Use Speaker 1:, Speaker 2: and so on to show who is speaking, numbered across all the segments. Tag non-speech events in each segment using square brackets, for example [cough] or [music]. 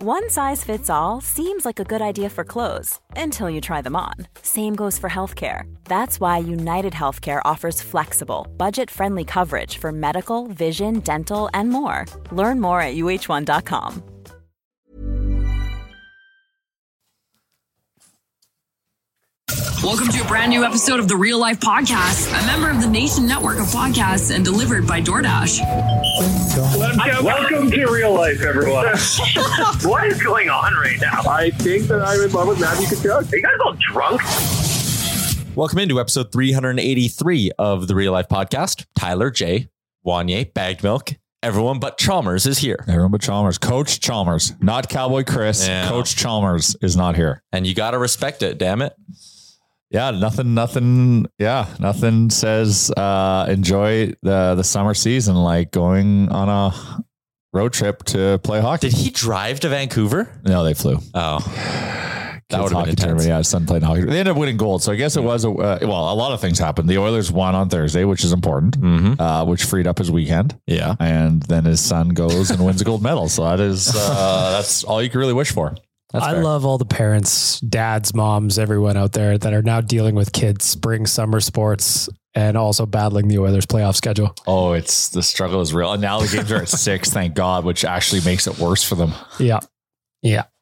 Speaker 1: One size fits all seems like a good idea for clothes until you try them on. Same goes for healthcare. That's why United Healthcare offers flexible, budget friendly coverage for medical, vision, dental, and more. Learn more at uh1.com.
Speaker 2: Welcome to a brand new episode of the Real Life Podcast, a member of the Nation Network of podcasts and delivered by DoorDash.
Speaker 3: Welcome to real life, everyone. [laughs] what is going on right now? I think that I'm in love with Matthew Kachuk. Are you guys all drunk?
Speaker 4: Welcome into episode 383 of the Real Life Podcast. Tyler J, Wanye, Bagged Milk, everyone but Chalmers is here.
Speaker 5: Everyone but Chalmers. Coach Chalmers, not Cowboy Chris.
Speaker 4: Yeah.
Speaker 5: Coach Chalmers is not here.
Speaker 4: And you got to respect it, damn it.
Speaker 5: Yeah, nothing, nothing. Yeah, nothing says uh, enjoy the the summer season like going on a road trip to play hockey.
Speaker 4: Did he drive to Vancouver?
Speaker 5: No, they flew.
Speaker 4: Oh, [sighs]
Speaker 5: Kids
Speaker 4: would've been
Speaker 5: hockey
Speaker 4: intense.
Speaker 5: tournament. Yeah, his son played hockey. They ended up winning gold, so I guess it was a uh, well. A lot of things happened. The Oilers won on Thursday, which is important, uh, which freed up his weekend.
Speaker 4: yeah.
Speaker 5: And then his son goes and wins a gold medal. So that is uh, [laughs] that's all you can really wish for. That's
Speaker 6: I
Speaker 5: fair.
Speaker 6: love all the parents, dads, moms, everyone out there that are now dealing with kids' spring, summer sports, and also battling the Oilers playoff schedule.
Speaker 5: Oh, it's the struggle is real. And now the games are at [laughs] six, thank God, which actually makes it worse for them.
Speaker 6: Yeah. Yeah. [laughs]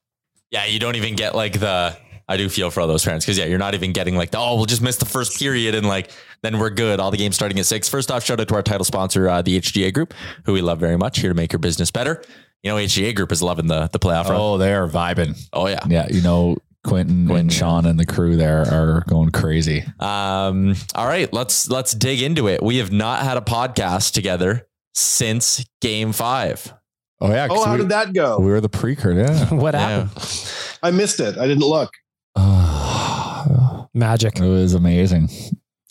Speaker 4: Yeah, you don't even get like the. I do feel for all those parents because yeah, you're not even getting like the oh we'll just miss the first period and like then we're good. All the games starting at six. First off, shout out to our title sponsor, uh, the HGA Group, who we love very much, here to make your business better. You know, HGA Group is loving the the playoff. run.
Speaker 5: Oh, they are vibing.
Speaker 4: oh yeah,
Speaker 5: Yeah, you know, Quentin, and Sean and the crew there are going crazy.
Speaker 4: Um, all right, let's let's dig into it. We have not had a podcast together since game five.
Speaker 5: Oh yeah. 'cause
Speaker 7: Oh, how
Speaker 5: we,
Speaker 7: did that go?
Speaker 5: we were the pre-card, yeah.
Speaker 6: What
Speaker 4: Yeah.
Speaker 6: happened? [sighs]
Speaker 7: I missed it. I didn't look.
Speaker 5: Oh,
Speaker 6: Magic.
Speaker 5: it was amazing.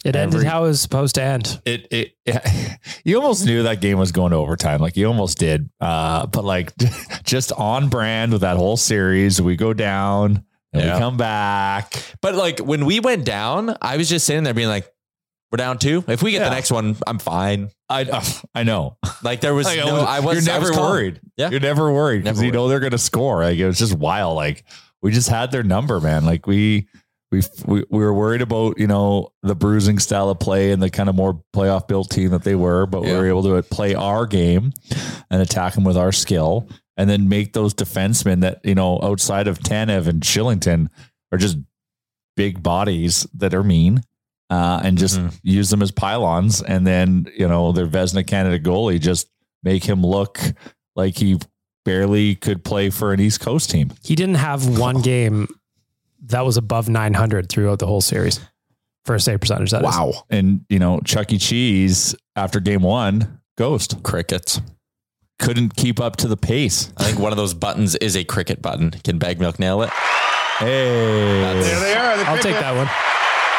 Speaker 6: It ended
Speaker 5: Every-
Speaker 6: how it was supposed to end.
Speaker 5: It, it [laughs] you almost knew that game was going to overtime. Like you almost did. Uh, but like [laughs] just on brand with that whole series, we go down and
Speaker 4: Yeah.
Speaker 5: we come back.
Speaker 4: But like when we went down, I was just sitting there being like, "We're down two. If we get
Speaker 5: Yeah.
Speaker 4: the next one, I'm fine."
Speaker 5: I uh, I know.
Speaker 4: Like there was
Speaker 5: Like,
Speaker 4: no, I was
Speaker 5: You're
Speaker 4: I
Speaker 5: never
Speaker 4: was calm.
Speaker 5: worried.
Speaker 4: Yeah.
Speaker 5: You're never worried because
Speaker 4: Never
Speaker 5: you know they're going to score. Like it was just wild. Like we just had their number, man. Like we, we, we, we were worried about, you know, the bruising style of play and the kind of more playoff built team that they were, but we
Speaker 4: Yeah.
Speaker 5: were able to play our game and attack them with our skill and then make those defensemen that, you know, outside of Tanev and Shillington are just big bodies that are mean uh, and just
Speaker 4: Mhm.
Speaker 5: use them as pylons. And then, you know, their Vesna Canada goalie just make him look like he barely could play for an East Coast team.
Speaker 6: He didn't
Speaker 5: [laughs]
Speaker 6: have one game that was above 900 throughout the whole series. First save percentage, That is.
Speaker 5: And, you know, Chuck E. Cheese after game one, ghost
Speaker 4: Crickets.
Speaker 5: couldn't keep up to the pace.
Speaker 4: I think one of those buttons is a cricket button. Can bag milk nail it?
Speaker 5: Hey,
Speaker 7: There they are. The
Speaker 6: I'll take that one.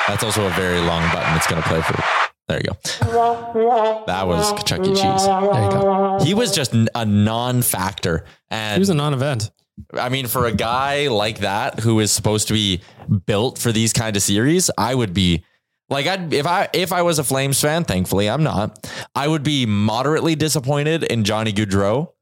Speaker 4: That's also a very long button. It's going to play for. There you go. That was Chuck E. Cheese.
Speaker 6: There you go.
Speaker 4: He was just n- a non-factor, and
Speaker 6: He was a non event.
Speaker 4: I mean, for a guy like that who is supposed to be built for these kind of series, I would be like, I'd if I if I was a Flames fan. Thankfully, I'm not. I would be moderately disappointed in Johnny Goudreau.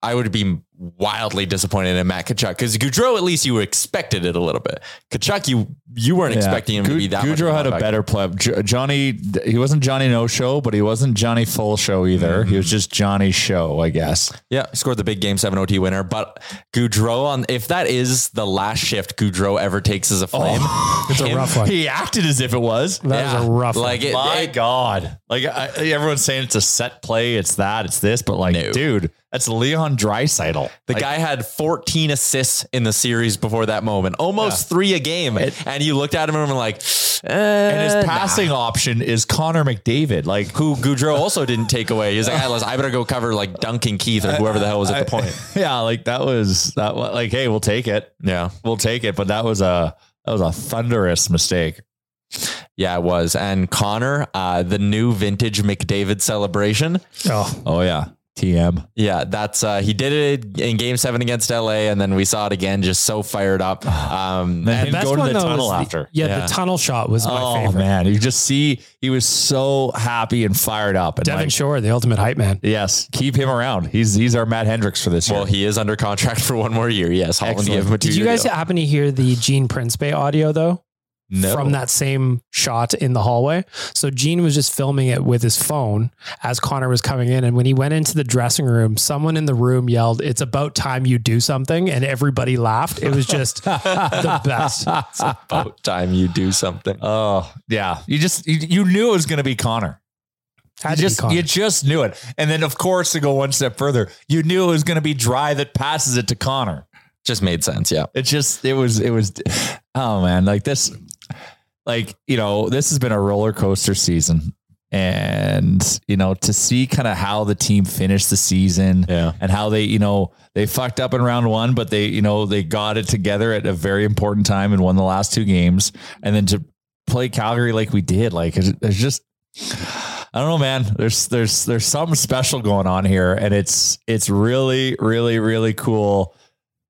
Speaker 4: I would be wildly disappointed in Matt Kachuk because Goudreau, at least you expected it a little bit. Kachuk, you you weren't expecting him to be that. much of
Speaker 5: Goudreau had a
Speaker 4: comeback.
Speaker 5: better play. Jo- Johnny, he wasn't Johnny No Show, but he wasn't Johnny Full Show either.
Speaker 4: Mm-hmm.
Speaker 5: He was just Johnny Show, I guess.
Speaker 4: Yeah, he scored the big game seven OT winner. But Goudreau on if that is the last shift Goudreau ever takes as a flame,
Speaker 5: Oh.
Speaker 6: It's a
Speaker 4: him-
Speaker 5: [laughs]
Speaker 6: rough one.
Speaker 5: He acted as if it was.
Speaker 6: That is a rough one.
Speaker 4: like it,
Speaker 5: My
Speaker 4: it-
Speaker 5: God. Like I, everyone's saying it's a set play, it's that, it's this, but like,
Speaker 4: No.
Speaker 5: dude, that's Leon Dreisaitl.
Speaker 4: the
Speaker 5: Like,
Speaker 4: guy had 14 assists in the series before that moment, almost three a game, and you looked at him and were like,
Speaker 5: and his
Speaker 4: passing.
Speaker 5: passing option is Connor McDavid. Like [laughs]
Speaker 4: Who Goudreau also didn't take away. He's like, I, I better go cover like Duncan Keith or whoever the hell was at the
Speaker 5: [laughs]
Speaker 4: point.
Speaker 5: yeah, like that was that was like, hey, we'll take it.
Speaker 4: Yeah.
Speaker 5: We'll take it. But that was a that was a thunderous mistake.
Speaker 4: Yeah, it was. And Connor, uh, the new vintage McDavid celebration.
Speaker 6: Oh,
Speaker 5: Oh yeah. TM.
Speaker 4: Yeah, that's uh, he did it in Game Seven against LA, and then we saw it again, just so fired
Speaker 5: [sighs]
Speaker 4: up. Um,
Speaker 5: Man,
Speaker 4: and
Speaker 5: that-
Speaker 6: best
Speaker 5: go to
Speaker 6: one
Speaker 5: the
Speaker 6: though
Speaker 5: tunnel
Speaker 6: is the-
Speaker 5: after.
Speaker 6: yeah,
Speaker 4: Yeah.
Speaker 6: the tunnel shot was my
Speaker 5: Oh
Speaker 6: favorite.
Speaker 5: man, you just see he was so happy and fired up. And
Speaker 6: Devin
Speaker 5: like,
Speaker 6: Shore, the ultimate hype man.
Speaker 5: yes, keep him around. He's he's our Matt Hendricks for this year.
Speaker 4: well, he is under contract [laughs] for one more year. Yes, Holland
Speaker 5: Excellent.
Speaker 4: gave him a two.
Speaker 6: Did you guys happen to hear the Gene Prince Bay audio though?
Speaker 5: No.
Speaker 6: From that same shot in the hallway. So Gene was just filming it with his phone as Connor was coming in. And when he went into the dressing room, someone in the room yelled, It's about time you do something. And everybody laughed. It was [laughs] just the best.
Speaker 5: uh,
Speaker 4: about time you do something?
Speaker 5: Oh yeah, you just you, you knew it was going to be Connor.
Speaker 6: Had
Speaker 5: you
Speaker 6: to be
Speaker 5: just
Speaker 6: Connor.
Speaker 5: you just knew it, and then of course to go one step further, you knew it was going to be Dry that passes it to Connor.
Speaker 4: Just made sense. Yeah,
Speaker 5: It just it was it was oh man, like this like you know, this has been a roller coaster season. And you know, to see kind of how the team finished the season
Speaker 4: Yeah.
Speaker 5: and how they, you know, they fucked up in round one, but they, you know, they got it together at a very important time and won the last two games. And then to play Calgary like we did, like it's, it's just I don't know, man. There's there's there's something special going on here, and it's it's really, really, really cool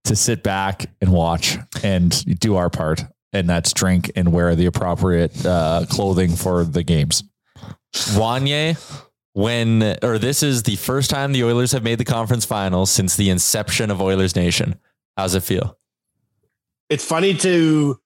Speaker 5: to sit back and watch and do our part. And that's drink and wear the appropriate uh, clothing for the games.
Speaker 4: Wanye. When or this is the first time the Oilers have made the conference finals since the inception of Oilers Nation. How's it feel?
Speaker 3: It's funny to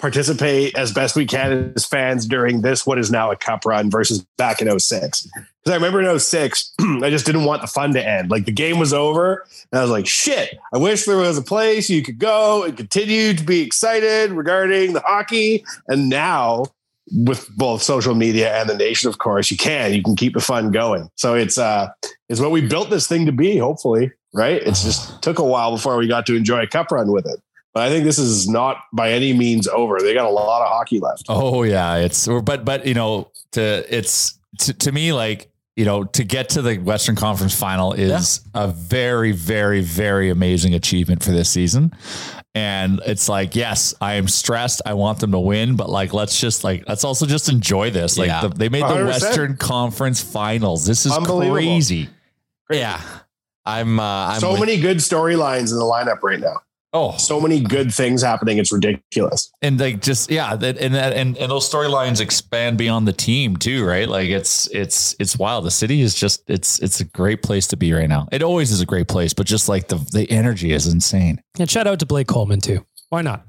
Speaker 3: participate as best we can as fans during this what is now a cup run versus back in 06. Because I remember in 06, [clears throat] I just didn't want the fun to end. Like the game was over, and I was like, shit, I wish there was a place you could go and continue to be excited regarding the hockey. And now, with both social media and the nation, of course, you can. You can keep the fun going. So it's uh it's what we built this thing to be, hopefully, right? It's just took a while before we got to enjoy a cup run with it. But I think this is not by any means over. They got a lot of hockey left.
Speaker 5: Oh yeah, it's but but you know to it's to, to me like you know to get to the Western Conference Final is a very very very amazing achievement for this season, and it's like yes I am stressed I want them to win but like let's just like let's also just enjoy this like
Speaker 4: Yeah.
Speaker 5: the, they made the
Speaker 3: 100%.
Speaker 5: Western Conference Finals this is
Speaker 3: Unbelievable.
Speaker 5: crazy
Speaker 4: Yeah, I'm. Uh, I'm
Speaker 3: so
Speaker 4: with-
Speaker 3: many good storylines in the lineup right now.
Speaker 5: oh
Speaker 3: So many good things happening. It's ridiculous.
Speaker 5: and like just yeah that and that and, and those storylines expand beyond the team too right like it's it's it's wild the city is just it's it's a great place to be right now it always is a great place but just like the the energy is insane
Speaker 6: And shout out to Blake Coleman too. Why not?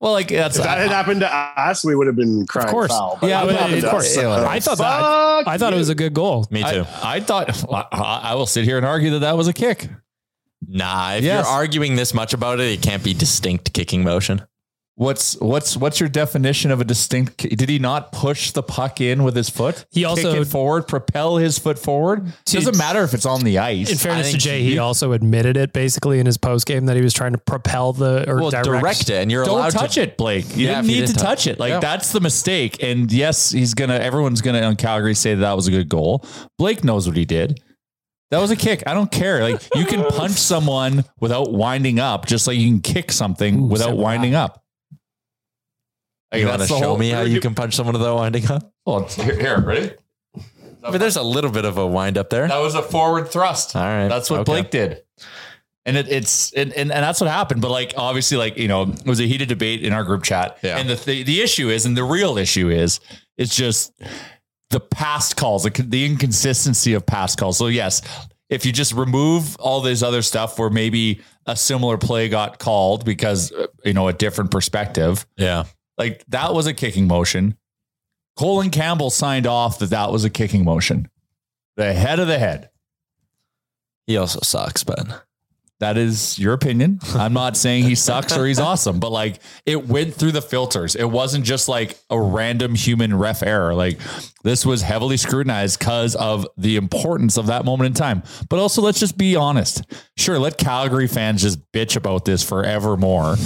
Speaker 5: well like that's
Speaker 3: If that had happened to us, we would have been crying
Speaker 6: Of course.
Speaker 3: foul.
Speaker 5: Yeah,
Speaker 3: it
Speaker 5: but
Speaker 3: happened to
Speaker 5: of course.
Speaker 3: us,
Speaker 5: Yeah,
Speaker 6: I thought that
Speaker 3: Fuck
Speaker 6: I thought it was a good goal.
Speaker 4: me too.
Speaker 5: I, I thought I, I will sit here and argue that that was a kick
Speaker 4: Nah, if
Speaker 5: Yes.
Speaker 4: you're arguing this much about it, it can't be distinct kicking motion.
Speaker 5: what's what's what's your definition of a distinct ki- did he not push the puck in with his foot
Speaker 6: He also-
Speaker 5: Kick it forward propel his foot forward
Speaker 6: Dude.
Speaker 5: doesn't matter if it's on the ice
Speaker 6: In fairness to
Speaker 4: think
Speaker 6: Jay, he also admitted it basically in his post game that he was trying to propel the or
Speaker 4: Well, direct, it, and you're
Speaker 5: don't
Speaker 4: allowed
Speaker 5: touch
Speaker 4: to,
Speaker 5: it, Blake. You
Speaker 4: Yeah, if
Speaker 5: didn't
Speaker 4: you
Speaker 5: need
Speaker 4: didn't
Speaker 5: to
Speaker 4: touch
Speaker 5: touch it. Like
Speaker 4: Yeah.
Speaker 5: that's the mistake. And yes, he's gonna. Everyone's gonna on Calgary say that, that was a good goal. Blake knows what he did. That was a kick. I don't care. Like you can
Speaker 4: [laughs]
Speaker 5: punch someone without winding up, just like you can kick something without winding up. Like,
Speaker 4: You want to
Speaker 5: that's the
Speaker 4: show
Speaker 5: whole-
Speaker 4: me how you can punch someone without winding up?
Speaker 5: Well, here, here, ready?
Speaker 4: I mean, there's a little bit of a wind up there.
Speaker 5: That was a forward thrust.
Speaker 4: All right.
Speaker 5: That's what
Speaker 4: Okay.
Speaker 5: Blake did. And it, it's and, and and that's what happened. But like obviously, like you know, it was a heated debate in our group chat.
Speaker 4: Yeah.
Speaker 5: And the th- the issue is, and the real issue is, it's just the past calls, the, the inconsistency of past calls. So yes, if you just remove all this other stuff, where maybe a similar play got called because uh, you know a different perspective,
Speaker 4: Yeah.
Speaker 5: like that was a kicking motion. Colin Campbell signed off that that was a kicking motion. The head of the head.
Speaker 4: He also sucks, but
Speaker 5: That is your opinion. I'm not saying he sucks or he's awesome, but like it went through the filters. It wasn't just like a random human ref error. Like this was heavily scrutinized because of the importance of that moment in time. But also, let's just be honest. Sure, let Calgary fans just bitch about this forevermore.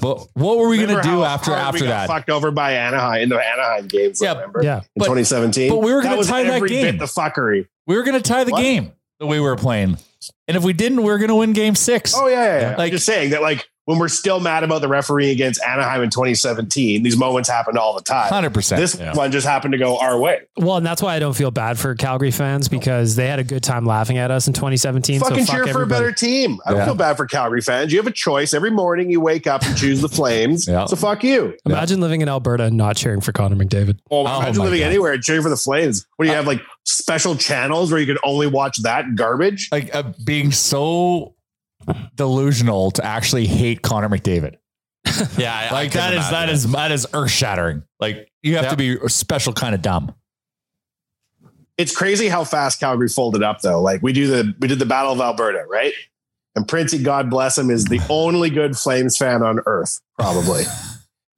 Speaker 5: but what were we going to
Speaker 3: Remember
Speaker 5: do
Speaker 3: how
Speaker 5: after
Speaker 3: hard we
Speaker 5: after
Speaker 3: got
Speaker 5: that?
Speaker 3: Fucked over by Anaheim in the Anaheim games.
Speaker 5: Yeah,
Speaker 3: remember?
Speaker 6: yeah.
Speaker 3: In
Speaker 5: But-
Speaker 3: 2017.
Speaker 5: but we were gonna
Speaker 3: was
Speaker 5: tie that
Speaker 3: every
Speaker 5: game.
Speaker 3: Bit the fuckery.
Speaker 5: We were going to tie the
Speaker 3: What?
Speaker 5: game the way we were playing. And if we didn't, we were going to win game six.
Speaker 3: Oh yeah, yeah. yeah.
Speaker 5: Like-
Speaker 3: I'm just saying that like when we're still mad about the referee against Anaheim in 2017, these moments happen all the time.
Speaker 5: 100%.
Speaker 3: This
Speaker 5: Yeah.
Speaker 3: one just happened to go our way.
Speaker 6: Well, and that's why I don't feel bad for Calgary fans because they had a good time laughing at us in 2017.
Speaker 3: Fucking
Speaker 6: so fuck
Speaker 3: cheer for a
Speaker 6: everybody.
Speaker 3: better team. I don't
Speaker 5: Yeah.
Speaker 3: feel bad for Calgary fans. You have a choice. Every morning you wake up and choose the Flames.
Speaker 5: Yeah.
Speaker 3: So fuck you.
Speaker 6: Imagine living in Alberta and not cheering for Connor McDavid.
Speaker 3: Well,
Speaker 5: Oh
Speaker 3: imagine
Speaker 5: my
Speaker 3: living
Speaker 5: God.
Speaker 3: anywhere and cheering for the Flames. What do you have like special channels where you can only watch that garbage?
Speaker 5: like uh, being so delusional to actually hate Connor McDavid.
Speaker 4: [laughs] yeah, I- I
Speaker 5: Like
Speaker 4: couldn't
Speaker 5: that is that
Speaker 4: imagine
Speaker 5: is that is earth shattering. Like you have
Speaker 4: Yeah.
Speaker 5: to be a special kind of dumb.
Speaker 3: It's crazy how fast Calgary folded up though. Like we do the we did the Battle of Alberta, right? And Princey, God bless him, is the only good Flames fan on earth,
Speaker 5: [laughs]
Speaker 3: probably.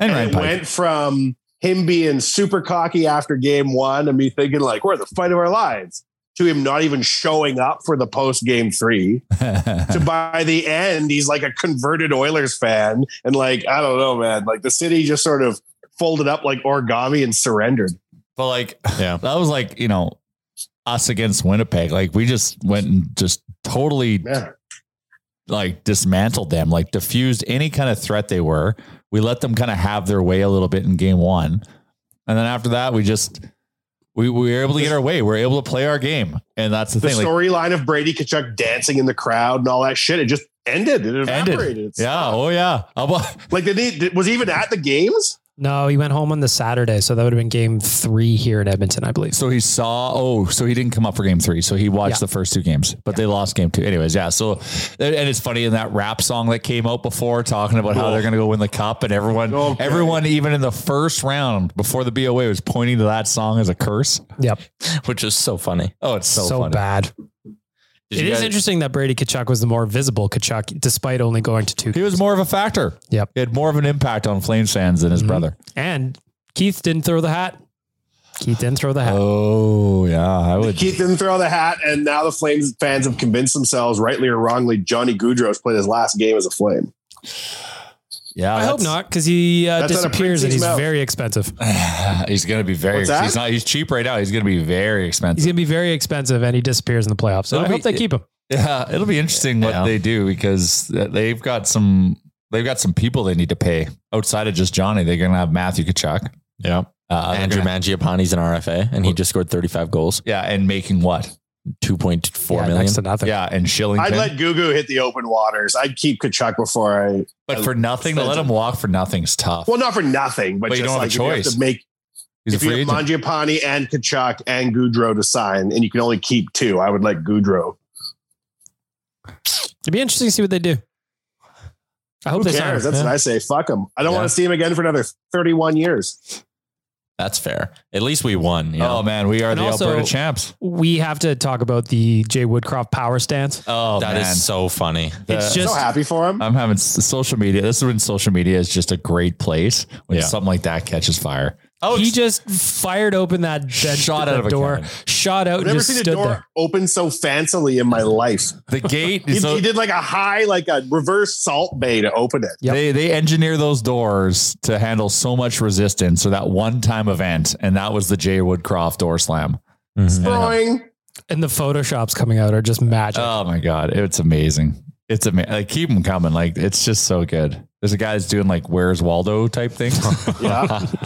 Speaker 5: And
Speaker 3: and
Speaker 5: Ryan
Speaker 3: it
Speaker 5: Pike.
Speaker 3: went from him being super cocky after game one and me thinking like we're the fight of our lives to him not even showing up for the post game
Speaker 5: [laughs]
Speaker 3: three to by the end he's like a converted oilers fan and like i don't know man like the city just sort of folded up like origami and surrendered
Speaker 5: but like
Speaker 4: Yeah.
Speaker 5: that was like you know us against Winnipeg. Like we just went and just totally
Speaker 3: yeah
Speaker 5: like dismantled them, like diffused any kind of threat they were. We let them kind of have their way a little bit in game one. And then after that, we just we, we were able to get our way. We were able to play our game. And that's the,
Speaker 3: the
Speaker 5: thing. like,
Speaker 3: storyline of brady Kachuk dancing in the crowd and all that shit it just ended it
Speaker 5: ended.
Speaker 3: evaporated It's-
Speaker 5: Yeah. Oh yeah. How about-
Speaker 3: like did he did- was he even at the games
Speaker 6: No, he went home on the Saturday, so that would have been game three here in Edmonton, I believe.
Speaker 5: So he saw. Oh, so he didn't come up for game three. So he watched the
Speaker 6: Yeah.
Speaker 5: first two games, but they lost game two. Anyways, yeah. So and and it's funny in that rap song that came out before talking about how
Speaker 3: Oh.
Speaker 5: they're going to go win the cup, and everyone,
Speaker 3: Okay.
Speaker 5: everyone, even in the first round before the BOA was pointing to that song as a curse.
Speaker 6: Yep.
Speaker 4: that. which is so funny.
Speaker 5: Oh, it's so,
Speaker 6: So,
Speaker 5: funny.
Speaker 6: bad.
Speaker 4: Did
Speaker 6: it
Speaker 4: you
Speaker 6: is
Speaker 4: guys-
Speaker 6: interesting that Brady Kachuk was the more visible Kachuk, despite only going to two.
Speaker 5: He was more of a factor.
Speaker 6: Yep.
Speaker 5: He had more of an impact on Flames fans than his
Speaker 6: Mhm.
Speaker 5: brother.
Speaker 6: And Keith didn't throw the hat. Keith didn't throw the hat.
Speaker 5: Oh yeah, I would.
Speaker 3: Keith didn't throw the hat, and now the Flames fans have convinced themselves, rightly or wrongly, Johnny Goudreau's played his last game as a Flame.
Speaker 5: Yeah,
Speaker 6: I hope
Speaker 5: that's-
Speaker 6: not, because he uh,
Speaker 3: That's not a
Speaker 6: disappears and
Speaker 3: preseason
Speaker 6: he's
Speaker 3: mouth.
Speaker 6: very expensive.
Speaker 5: [sighs] he's going to be very.
Speaker 3: What's that?
Speaker 5: He's not. He's cheap right now. He's going to be very expensive.
Speaker 6: He's going to be very expensive, and he disappears in the playoffs. So
Speaker 5: It'll
Speaker 6: I hope
Speaker 5: be-
Speaker 6: they keep him.
Speaker 5: Yeah, it'll be interesting what
Speaker 4: Yeah.
Speaker 5: they do because they've got some they've got some people they need to pay outside of just Johnny. They're going to have Matthew Kachuk,
Speaker 4: Yeah.
Speaker 5: uh, they're
Speaker 4: Andrew
Speaker 5: gonna-
Speaker 4: Mangiapane's an RFA, and he just scored 35 goals,
Speaker 5: yeah, and making what?
Speaker 4: two point four
Speaker 6: yeah,
Speaker 4: million.
Speaker 6: next to nothing.
Speaker 5: Yeah, and Shillington.
Speaker 3: I'd let Gugu hit the open waters. I'd keep Kachuk before I.
Speaker 5: but for nothing, to let him walk for nothing's tough.
Speaker 3: Well, not for nothing, but,
Speaker 5: But you
Speaker 3: just
Speaker 5: don't have a
Speaker 3: like if you
Speaker 5: choice.
Speaker 3: to make
Speaker 5: He's a
Speaker 3: if you
Speaker 5: free
Speaker 3: have
Speaker 5: agent.
Speaker 3: Mangiapane and Kachuk and Goudreau to sign, and you can only keep two, I would let Goudreau.
Speaker 6: It'd be interesting to see what they do. I
Speaker 3: Who
Speaker 6: hope they sign.
Speaker 3: cares?
Speaker 6: him.
Speaker 3: That's what I say. Fuck him. I don't
Speaker 4: Yeah.
Speaker 3: want to see him again for another thirty-one years.
Speaker 4: That's fair. At least we won. You know?
Speaker 5: Oh man, we are
Speaker 6: And
Speaker 5: the
Speaker 6: also-
Speaker 5: Alberta champs.
Speaker 6: We have to talk about the Jay Woodcroft power stance.
Speaker 5: Oh
Speaker 4: That is
Speaker 5: man.
Speaker 4: so funny.
Speaker 6: It's
Speaker 5: The-
Speaker 6: just
Speaker 3: so happy for him.
Speaker 5: I'm having s- social media. This is when social media is just a great place when
Speaker 4: Yeah.
Speaker 5: something like that catches fire.
Speaker 4: Oh,
Speaker 6: he just fired open that, that
Speaker 5: Shot
Speaker 6: that
Speaker 5: out of a
Speaker 6: door,
Speaker 5: cannon.
Speaker 6: shot out,
Speaker 3: I've
Speaker 6: and
Speaker 3: never
Speaker 6: just
Speaker 3: seen a
Speaker 6: stood
Speaker 3: door
Speaker 6: there.
Speaker 3: open so fancily in my life. [laughs]
Speaker 5: The gate.
Speaker 3: He,
Speaker 5: is so-
Speaker 3: he did like a high, like a reverse salt bay to open it.
Speaker 6: Yep.
Speaker 5: They they engineer those doors to handle so much resistance for that one time event, and that was the Jay Woodcroft door slam.
Speaker 3: Sproing.
Speaker 6: And the photoshops coming out are just magic.
Speaker 5: Oh my god, it's amazing! It's amazing. Like keep them
Speaker 4: [laughs]
Speaker 5: coming. Like it's just so good. There's a guy that's doing like Where's Waldo type thing.
Speaker 3: Yeah.
Speaker 5: [laughs]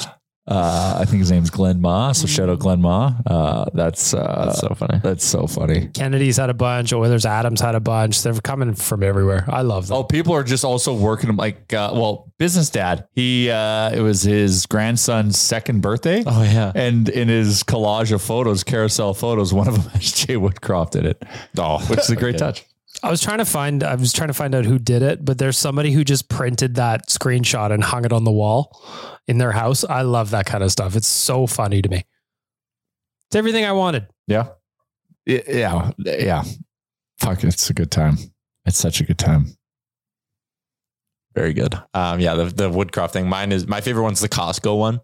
Speaker 5: Uh, I think his name's Glenn Ma. So shout out Glenn Ma. Uh, that's uh,
Speaker 4: Mm. That's so funny.
Speaker 5: That's so funny.
Speaker 6: Kennedy's had a bunch. Oilers Adams had a bunch. They're coming from everywhere. I love them.
Speaker 5: Oh, people are just also working like uh, well, business dad. He uh, it was his grandson's second birthday.
Speaker 4: Oh yeah.
Speaker 5: And in his collage of photos, carousel photos, one of them [laughs] has Jay Woodcroft in it. Oh, [laughs] which is a
Speaker 6: [laughs]
Speaker 5: great touch.
Speaker 6: I was trying to find. I was trying to find out who did it, but there's somebody who just printed that screenshot and hung it on the wall in their house. I love that kind of stuff. It's so funny to me. It's everything I wanted.
Speaker 5: Yeah. Y- Yeah. Yeah. Fuck, it's a good time. It's such a good time.
Speaker 4: Very good. Um, yeah, the, the Woodcroft thing. Mine is my favorite one's the Costco one.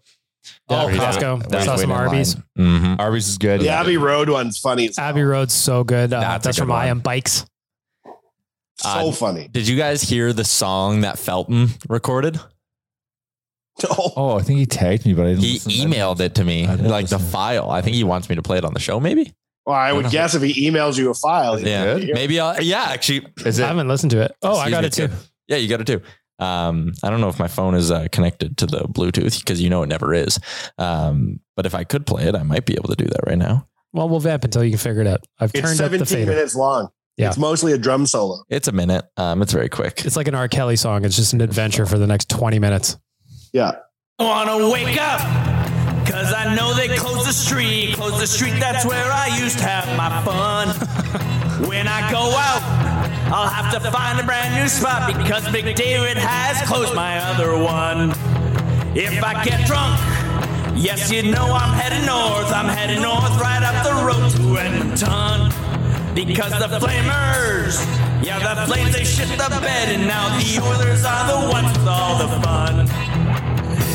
Speaker 6: Oh, Costco. Saw some Arby's.
Speaker 4: Mm-hmm.
Speaker 5: Arby's is good.
Speaker 3: The Abbey Road one's funny. It's
Speaker 6: Abbey Road's so good. Uh,
Speaker 4: That's
Speaker 6: that's
Speaker 4: a good
Speaker 6: from
Speaker 4: one.
Speaker 6: I Am Bikes.
Speaker 3: so
Speaker 4: Uh,
Speaker 3: funny. [laughs]
Speaker 4: Did you guys hear the song that Felton recorded?
Speaker 3: Oh,
Speaker 5: Oh, I think he tagged me, but I didn't.
Speaker 4: He
Speaker 5: listen.
Speaker 4: emailed it to me,
Speaker 5: I didn't
Speaker 4: like the
Speaker 5: listen.
Speaker 4: file. I think he wants me to play it on the show. Maybe.
Speaker 3: well, I would guess if he emails you a file, he-
Speaker 4: Yeah.
Speaker 3: Yeah.
Speaker 4: Maybe. I'll, yeah. Actually,
Speaker 5: Is
Speaker 6: I
Speaker 5: it?
Speaker 6: haven't listened to it. Oh, I
Speaker 4: Excuse
Speaker 6: got
Speaker 4: me,
Speaker 6: it too.
Speaker 4: Yeah, you got it too. Um, I don't know if my phone is uh, connected to the Bluetooth because you know it never is. Um, but if I could play it, I might be able to do that right now.
Speaker 6: Well, we'll vamp until you can figure it out. I've
Speaker 3: it's
Speaker 6: turned up
Speaker 3: 17
Speaker 6: the fader.
Speaker 3: minutes long.
Speaker 6: Yeah.
Speaker 3: It's mostly a drum solo.
Speaker 8: [laughs]
Speaker 4: It's a minute. Um, it's very quick.
Speaker 6: It's like an R. Kelly song. It's just an adventure for the next 20 minutes.
Speaker 3: Yeah.
Speaker 8: Wanna wake up, cause I know they closed the street. Closed the street, that's where I used to have my fun. When I go out, I'll have to find a brand new spot because McDavid has closed my other one. If I get drunk, yes, you know I'm heading north. I'm heading north right up the road to Edmonton. Because the Flamers, yeah, the Flames, they shit the bed, and now the Oilers are the ones with all the fun.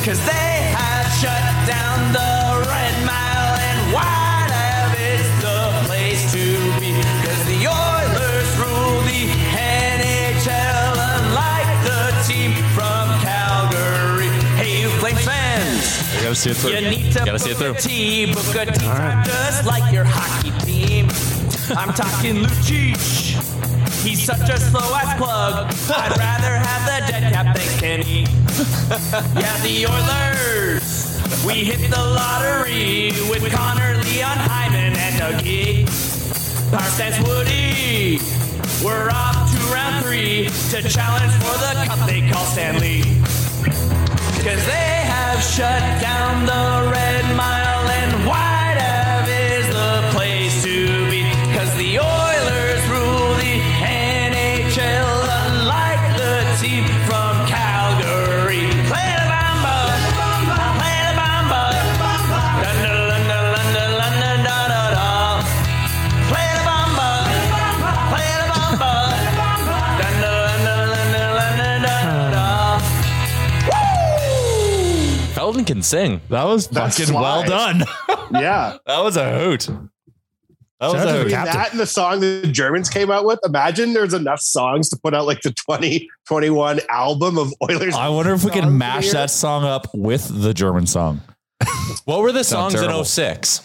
Speaker 8: Cause they have shut down the red mile and wide of it's the place to be. Cause the Oilers rule the NHL unlike the team from Calgary. Hey, you Flames fans.
Speaker 4: I gotta see it through.
Speaker 8: You need to
Speaker 4: gotta
Speaker 8: book
Speaker 4: see it through.
Speaker 8: a tee, book a tee time just like your hockey team. I'm talking Lucic. He's such a slow ass plug. I'd rather have the dead cap than Kenny. [laughs] yeah, the Oilers. We hit the lottery with Connor, Leon, Hyman, and Dougie. Power stance Woody. We're off to round three to challenge for the cup they call Stanley. Cause they have shut down the red mile and wide Ave is the place to be. Cause the Oilers rule the NHL unlike the team from Calgary. Play the bomba, play the bomba, dun dun dun dun dun dun dun dun dun dun dun. Play the bomba, play the bomba, dun dun dun dun dun dun dun dun dun.
Speaker 4: Felton can sing.
Speaker 5: That was
Speaker 3: That's
Speaker 5: fucking well
Speaker 3: wise.
Speaker 5: done. [laughs]
Speaker 3: Yeah.
Speaker 5: That was a hoot. That was
Speaker 6: Shout
Speaker 5: a
Speaker 6: out
Speaker 5: hoot.
Speaker 6: to the
Speaker 3: Between
Speaker 6: captain.
Speaker 3: that and the song the Germans came out with, imagine there's enough songs to put out like the 2021 album of Oilers.
Speaker 5: I wonder if we
Speaker 3: Song of
Speaker 5: can
Speaker 3: the
Speaker 5: mash
Speaker 3: year.
Speaker 5: that song up with the German song.
Speaker 4: What were the songs
Speaker 5: Sounds
Speaker 4: in
Speaker 5: terrible.
Speaker 4: 06?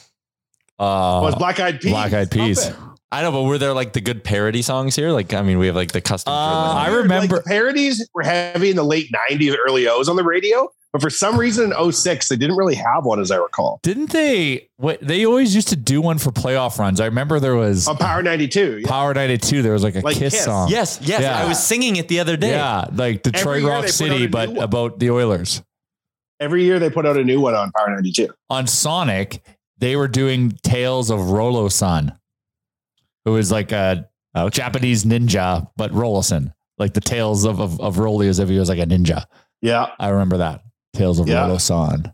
Speaker 5: Uh,
Speaker 3: was Black Eyed Peas.
Speaker 5: Black Eyed Peas. Uh,
Speaker 3: Stop it.
Speaker 4: I know, but were there like the good parody songs here? Like, I mean, we have like the custom.
Speaker 5: Uh, I
Speaker 3: Weird,
Speaker 5: remember-
Speaker 3: like, the parodies were heavy in the late 90s, early O's on the radio. But for some reason in 06, they didn't really have one, as I recall.
Speaker 5: Didn't they? What they always used to do one for playoff runs. I remember there was
Speaker 3: On Power 92. Oh, yeah.
Speaker 5: Power 92. There was like a
Speaker 3: Like
Speaker 5: Kiss,
Speaker 3: Kiss.
Speaker 5: song.
Speaker 4: yes, yes.
Speaker 5: Yeah.
Speaker 4: I was singing it the other day.
Speaker 5: Yeah, like Detroit
Speaker 3: Every year
Speaker 5: Rock
Speaker 3: they put out
Speaker 5: City,
Speaker 3: a new
Speaker 5: but
Speaker 3: one.
Speaker 5: about the Oilers.
Speaker 3: Every year they put out a new one on Power 92.
Speaker 5: On Sonic, they were doing Tales of Rolo San, who is like a Japanese ninja, but Rolosan. Like the tales of, of, of Rolly as if he was like a ninja.
Speaker 3: Yeah.
Speaker 5: I remember that. Tales of
Speaker 3: Yeah.
Speaker 5: Rolo San.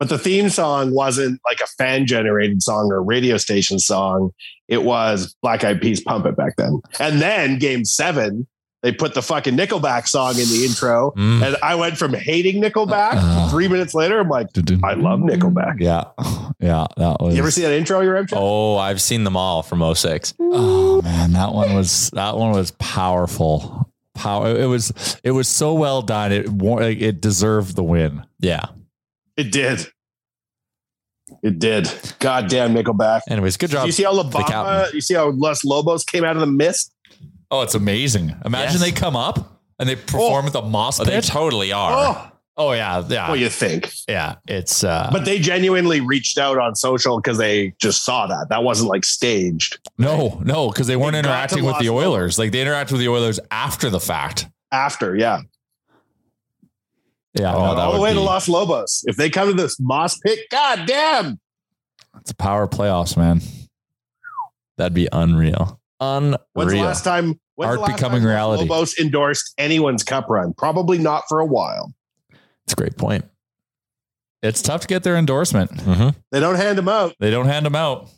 Speaker 3: But the theme song wasn't like a fan generated song or a radio station song. It was Black Eyed Peas Pump It back then. And then game seven, they put the fucking Nickelback song in the intro.
Speaker 4: Mm.
Speaker 3: And I went from hating Nickelback
Speaker 5: Uh.
Speaker 3: to three minutes later. I'm like, I love Nickelback.
Speaker 5: Yeah. Yeah. That was.
Speaker 3: You ever see that intro, your MJ?
Speaker 4: Oh, I've seen them all from 06.
Speaker 5: Oh man, that one was that one was powerful. Power. It was it was so well done. It war- like, it deserved the win.
Speaker 4: Yeah.
Speaker 3: It did. It did. Goddamn Nickelback.
Speaker 4: Anyways, good
Speaker 3: Did
Speaker 4: job.
Speaker 3: you see how
Speaker 4: captain.
Speaker 3: Labama, you see how Les Lobos came out of the mist?
Speaker 5: Oh, it's amazing.
Speaker 4: Yes.
Speaker 5: Imagine they come up and they perform at the moss
Speaker 4: Oh, they
Speaker 5: pit.
Speaker 4: totally are.
Speaker 3: Oh,
Speaker 5: Oh yeah, yeah.
Speaker 3: Well, you think.
Speaker 5: Yeah, it's. uh
Speaker 3: But they genuinely reached out on social because they just saw that. That wasn't like staged.
Speaker 5: No, no, because they weren't
Speaker 3: They got to
Speaker 5: interacting with the
Speaker 3: Las Vegas.
Speaker 5: Oilers. Like they interacted with the Oilers after the fact.
Speaker 3: After, yeah.
Speaker 5: Yeah, no, that
Speaker 3: all the
Speaker 5: would
Speaker 3: way to
Speaker 5: be-
Speaker 3: Los Lobos. If they come to this Moss pit, god damn.
Speaker 5: It's power playoffs, man.
Speaker 4: That'd be unreal.
Speaker 5: Unreal.
Speaker 3: When's the last time when's
Speaker 5: Art
Speaker 3: the last
Speaker 5: becoming
Speaker 3: time
Speaker 5: reality.
Speaker 3: Lobos endorsed anyone's cup run? Probably not for a while.
Speaker 5: It's a great point. It's tough to get their endorsement.
Speaker 3: They don't hand them out.
Speaker 5: They don't hand them out.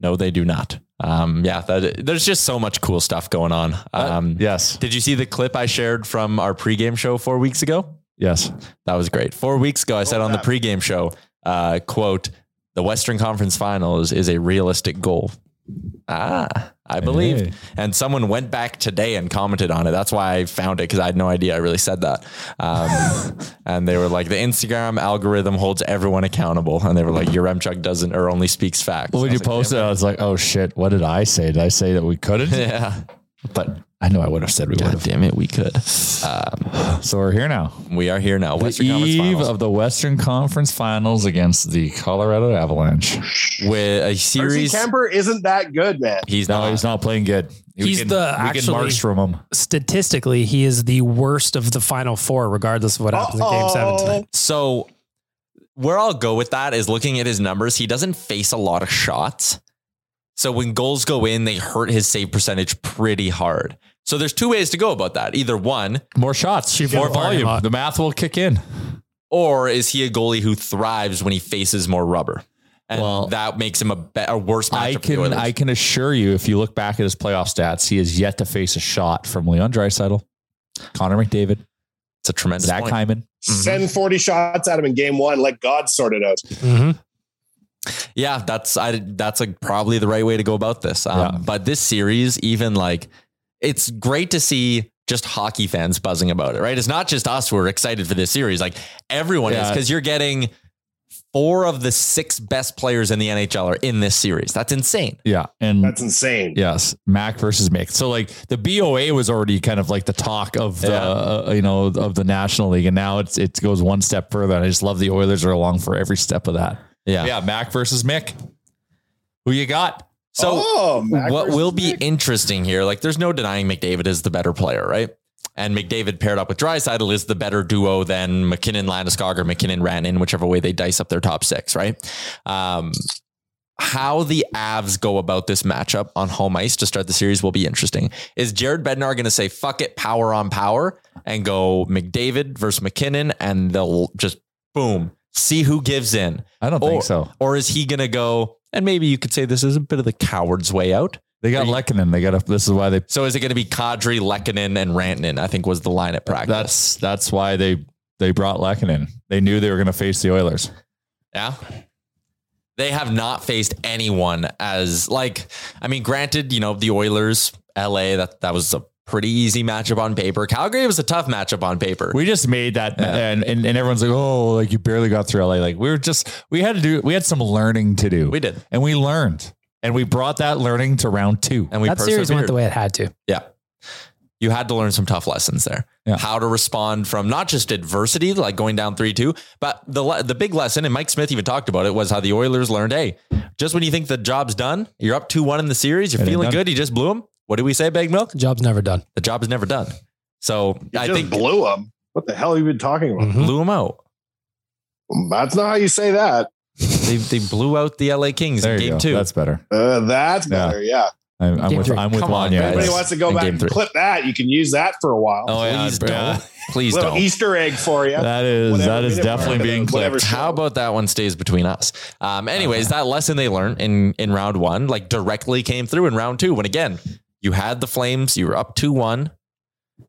Speaker 4: No, they do not. Um, yeah, that, there's just so much cool stuff going on.
Speaker 5: Uh,
Speaker 4: Um,
Speaker 5: yes.
Speaker 4: Did you see the clip I shared from our pregame show four weeks ago?
Speaker 5: Yes.
Speaker 4: That was great. Four weeks ago, I
Speaker 5: Oh,
Speaker 4: said on the
Speaker 3: that?
Speaker 4: pregame show, uh, quote, the Western Conference Finals is a realistic goal. Ah, I believed.
Speaker 5: Hey.
Speaker 4: And someone went back today and commented on it. That's why I found it because I had no idea I really said that.
Speaker 5: [laughs]
Speaker 4: Um, and they were like, the Instagram algorithm holds everyone accountable. And they were like, your Remchuk doesn't or only speaks facts.
Speaker 5: Well, when
Speaker 4: I
Speaker 5: you
Speaker 4: was like,
Speaker 5: posted it, I was like, oh shit, what did I say? Did I say that we [laughs] couldn't?
Speaker 4: [laughs] Yeah.
Speaker 5: But I know I would have said we would
Speaker 4: God
Speaker 5: have.
Speaker 4: damn it, we could. Uh,
Speaker 5: So we're here now.
Speaker 4: We are here now. Western
Speaker 5: the
Speaker 4: Conference
Speaker 5: eve
Speaker 4: Finals
Speaker 5: of the Western Conference Finals against the Colorado Avalanche.
Speaker 4: with a
Speaker 3: RC
Speaker 4: series.
Speaker 3: Kemper isn't that good, man.
Speaker 4: He's
Speaker 5: No,
Speaker 4: not.
Speaker 5: he's not playing good.
Speaker 6: He's the-
Speaker 5: we
Speaker 6: actually-
Speaker 5: can Markstrom him.
Speaker 6: Statistically, he is the worst of the final four, regardless of what happens in game seven tonight.
Speaker 4: So where I'll go with that is looking at his numbers. He doesn't face a lot of shots. So when goals go in, they hurt his save percentage pretty hard. So there's two ways to go about that. Either one,
Speaker 5: More shots, more
Speaker 6: can fire him
Speaker 5: volume.
Speaker 6: up.
Speaker 5: The math will kick in.
Speaker 4: or is he a goalie who thrives when he faces more rubber? And
Speaker 5: Well,
Speaker 4: that makes him a, be- a worse matchup.
Speaker 5: I
Speaker 4: for the
Speaker 5: can
Speaker 4: Oilers.
Speaker 5: I can assure you, if you look back at his playoff stats, he has yet to face a shot from Leon Dreisettle, Connor McDavid,
Speaker 4: it's a tremendous
Speaker 5: Zach
Speaker 4: point.
Speaker 5: Hyman.
Speaker 3: Send 40 shots at him in game one. Let God sort it
Speaker 5: Mm-hmm.
Speaker 3: out.
Speaker 4: Yeah, that's I that's like probably the right way to go about this. Um,
Speaker 5: Yeah.
Speaker 4: But this series, even like, it's great to see just hockey fans buzzing about it. Right? It's not just us who are excited for this series. Like everyone is
Speaker 5: Yeah.
Speaker 4: because you're getting four of the six best players in the NHL are in this series. That's insane.
Speaker 5: Yeah, and
Speaker 3: That's insane.
Speaker 5: Yes, Mac versus Mick. So like the BOA was already kind of like the talk of the
Speaker 4: Yeah.
Speaker 5: uh, you know of the National League, and now it's it goes one step further. And I just love the Oilers are along for every step of that.
Speaker 4: Yeah.
Speaker 5: yeah. Mac versus Mick. Who you got?
Speaker 4: So
Speaker 3: Oh, Mac
Speaker 4: what
Speaker 3: versus
Speaker 4: will be
Speaker 3: Mick.
Speaker 4: interesting here? Like, there's no denying McDavid is the better player, right? And McDavid paired up with Drysaitel is the better duo than McKinnon, Landeskog, or McKinnon, Rantanen, whichever way they dice up their top six, right? Um, how the Avs go about this matchup on home ice to start the series will be interesting. Is Jared Bednar going to say "fuck it, power on power" and go McDavid versus McKinnon, and they'll just boom see who gives in?
Speaker 5: I don't
Speaker 4: Or-
Speaker 5: think so.
Speaker 4: Or is he going to go? And maybe you could say this is a bit of the coward's way out.
Speaker 5: They got Lekanen. They got a, this is why they
Speaker 4: So is it going to be Kadri, Lekanen, and Rantanen? I think was the line at practice.
Speaker 5: that's that's why they they brought Lekanen. They knew they were going to face the Oilers.
Speaker 4: Yeah. They have not faced anyone as like I mean, granted, you know, the Oilers, LA, that that was a pretty easy matchup on paper. Calgary was a tough matchup on paper.
Speaker 5: We just made that, and, and and everyone's like, oh, like you barely got through LA. Like we were just we had to do we had some learning to do.
Speaker 4: We did.
Speaker 5: and we learned, and we brought that learning to round two.
Speaker 4: and we
Speaker 6: that series went
Speaker 4: persevered.
Speaker 6: the way it had to.
Speaker 4: Yeah. You had to learn some tough lessons there.
Speaker 5: Yeah.
Speaker 4: How to respond from not just adversity, like going down 3 2, but the, le- the big lesson, and Mike Smith even talked about it, was how the Oilers learned hey, just when you think the job's done, you're up 2 1 in the series, you're
Speaker 5: It ain't
Speaker 4: feeling
Speaker 5: done.
Speaker 4: good, you just blew them. What did we say, Bag Milk?
Speaker 6: Job's never done.
Speaker 4: The job is never done. So
Speaker 3: You
Speaker 4: I
Speaker 3: just
Speaker 4: think
Speaker 3: blew Hmm? him. What the hell have you been talking about?
Speaker 6: Mhm.
Speaker 4: blew them out.
Speaker 5: Mm-hmm.
Speaker 3: That's not how you say that.
Speaker 4: They, they blew out the LA Kings
Speaker 5: There
Speaker 4: in
Speaker 5: you
Speaker 4: game
Speaker 5: go.
Speaker 4: two.
Speaker 5: That's better.
Speaker 3: Uh, that's
Speaker 5: Yeah.
Speaker 3: better. Yeah.
Speaker 5: I'm, I'm
Speaker 6: Game
Speaker 5: with
Speaker 6: three.
Speaker 5: I'm with
Speaker 4: Come on,
Speaker 5: Vanya.
Speaker 4: guys.
Speaker 5: on
Speaker 3: Anybody
Speaker 5: this.
Speaker 3: wants to go
Speaker 4: In
Speaker 3: back
Speaker 4: game
Speaker 3: and
Speaker 4: three.
Speaker 3: clip that, you can use that for a while.
Speaker 4: Oh, yeah.
Speaker 5: Please
Speaker 4: bro.
Speaker 5: don't.
Speaker 4: Please
Speaker 3: Little
Speaker 4: don't.
Speaker 3: Easter egg for
Speaker 5: [laughs]
Speaker 3: you.
Speaker 5: That is
Speaker 3: Whatever
Speaker 5: that is
Speaker 3: minute
Speaker 5: definitely
Speaker 3: mark,
Speaker 5: being
Speaker 3: whatever
Speaker 5: clipped.
Speaker 3: show.
Speaker 4: How about that one stays between us? Um, anyways, that lesson they learned in in round one, like directly came through in round two. When again, you had the Flames, you were up two one.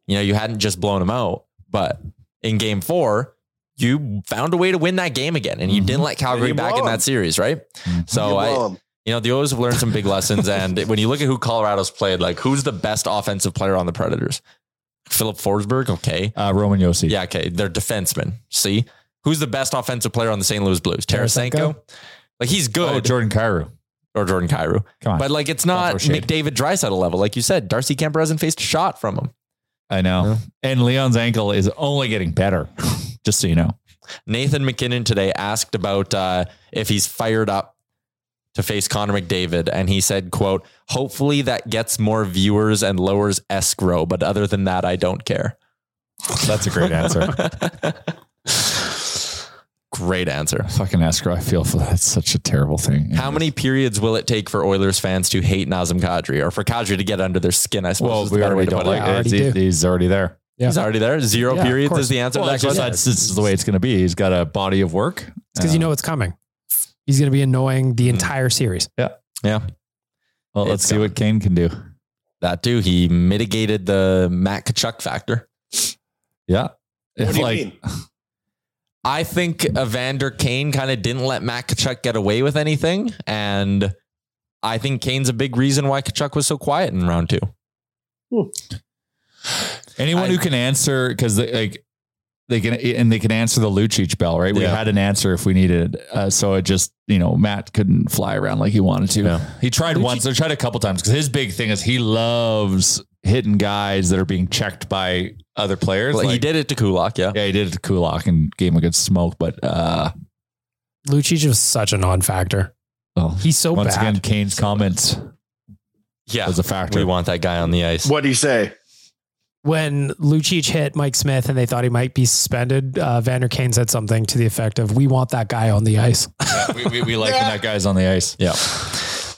Speaker 4: You know, you hadn't just blown them out, but in game four, you found a way to win that game again, and you
Speaker 5: Mhm.
Speaker 4: didn't let Calgary
Speaker 3: Mm-hmm. you
Speaker 4: back
Speaker 3: blow
Speaker 4: in
Speaker 3: 'em. Mm-hmm.
Speaker 4: that series, right?
Speaker 5: Mhm.
Speaker 4: So
Speaker 3: You
Speaker 4: I,
Speaker 3: blow 'em.
Speaker 4: you know, the O's have learned some big lessons. And when you look at who Colorado's played, like who's the best offensive player on the Predators? Philip Forsberg, okay.
Speaker 5: Uh, Roman Yossi.
Speaker 4: Yeah, okay. They're defensemen. See, who's the best offensive player on the St. Louis Blues? Tarasenko. Like he's good,
Speaker 5: Oh, Jordan Cairo.
Speaker 4: or Jordan Cairo.
Speaker 5: Come on.
Speaker 4: But like it's not
Speaker 5: throw shade.
Speaker 4: McDavid Drysaddle level, like you said. Darcy Kemper hasn't faced a shot from him.
Speaker 5: I know. And Leon's ankle is only getting better. [laughs] Just so you know.
Speaker 4: Nathan McKinnon today asked about uh, if he's fired up to face Connor McDavid, and he said, "quote Hopefully that gets more viewers and lowers escrow, but other than that, I don't care."
Speaker 5: That's a
Speaker 4: [laughs]
Speaker 5: great answer.
Speaker 4: Great answer.
Speaker 5: Fucking escrow. I feel for that's such a terrible thing.
Speaker 4: How many periods will it take for Oilers fans to hate Nazem Kadri or for Kadri to get under their skin? I suppose.
Speaker 5: Well,
Speaker 4: is the
Speaker 5: we
Speaker 4: better way
Speaker 5: already
Speaker 4: to
Speaker 5: don't
Speaker 4: put it.
Speaker 5: like it. He's, he's already there.
Speaker 4: He's already there. Zero
Speaker 5: Yeah, of
Speaker 4: periods
Speaker 5: course.
Speaker 4: is the answer
Speaker 5: Well,
Speaker 4: to that
Speaker 5: it's just-
Speaker 4: question.
Speaker 5: That's, this is the way it's going to be. He's got a body of work.
Speaker 6: It's because you know it's coming. He's going to be annoying the entire series.
Speaker 5: Yeah.
Speaker 4: Yeah.
Speaker 5: Well, let's see what Kane can do.
Speaker 4: That too. He mitigated the Matt Kachuk factor.
Speaker 5: Yeah.
Speaker 4: What do you
Speaker 5: like,
Speaker 4: mean? I think Evander Kane kind of didn't let Matt Kachuk get away with anything. And I think Kane's a big reason why Kachuk was so quiet in round two.
Speaker 5: Anyone who can answer because they like they can and they can answer the Lucic bell, right? We
Speaker 4: Yeah.
Speaker 5: had an answer if we needed, it. uh, so it just you know Matt couldn't fly around like he wanted to. He tried once, or tried a couple times because his big thing is he loves hitting guys that are being checked by other players.
Speaker 4: Well, he did it to Kulak, yeah,
Speaker 5: yeah, he did it to Kulak and gave him a good smoke, but uh,
Speaker 6: Lucic is such a non-factor.
Speaker 5: well,
Speaker 6: He's so
Speaker 5: Oh, once
Speaker 6: bad.
Speaker 5: again Kane's comments
Speaker 4: Yeah.
Speaker 5: was a factor.
Speaker 4: We want that guy on the ice.
Speaker 3: What do you
Speaker 5: [laughs]
Speaker 3: say?
Speaker 6: when Lucic hit Mike Smith and they thought he might be suspended, uh, Vander Kane said something to the effect of, "We want that guy on the ice." [laughs]
Speaker 5: we, we, we [laughs] like when that guy's on the ice.
Speaker 4: Yeah.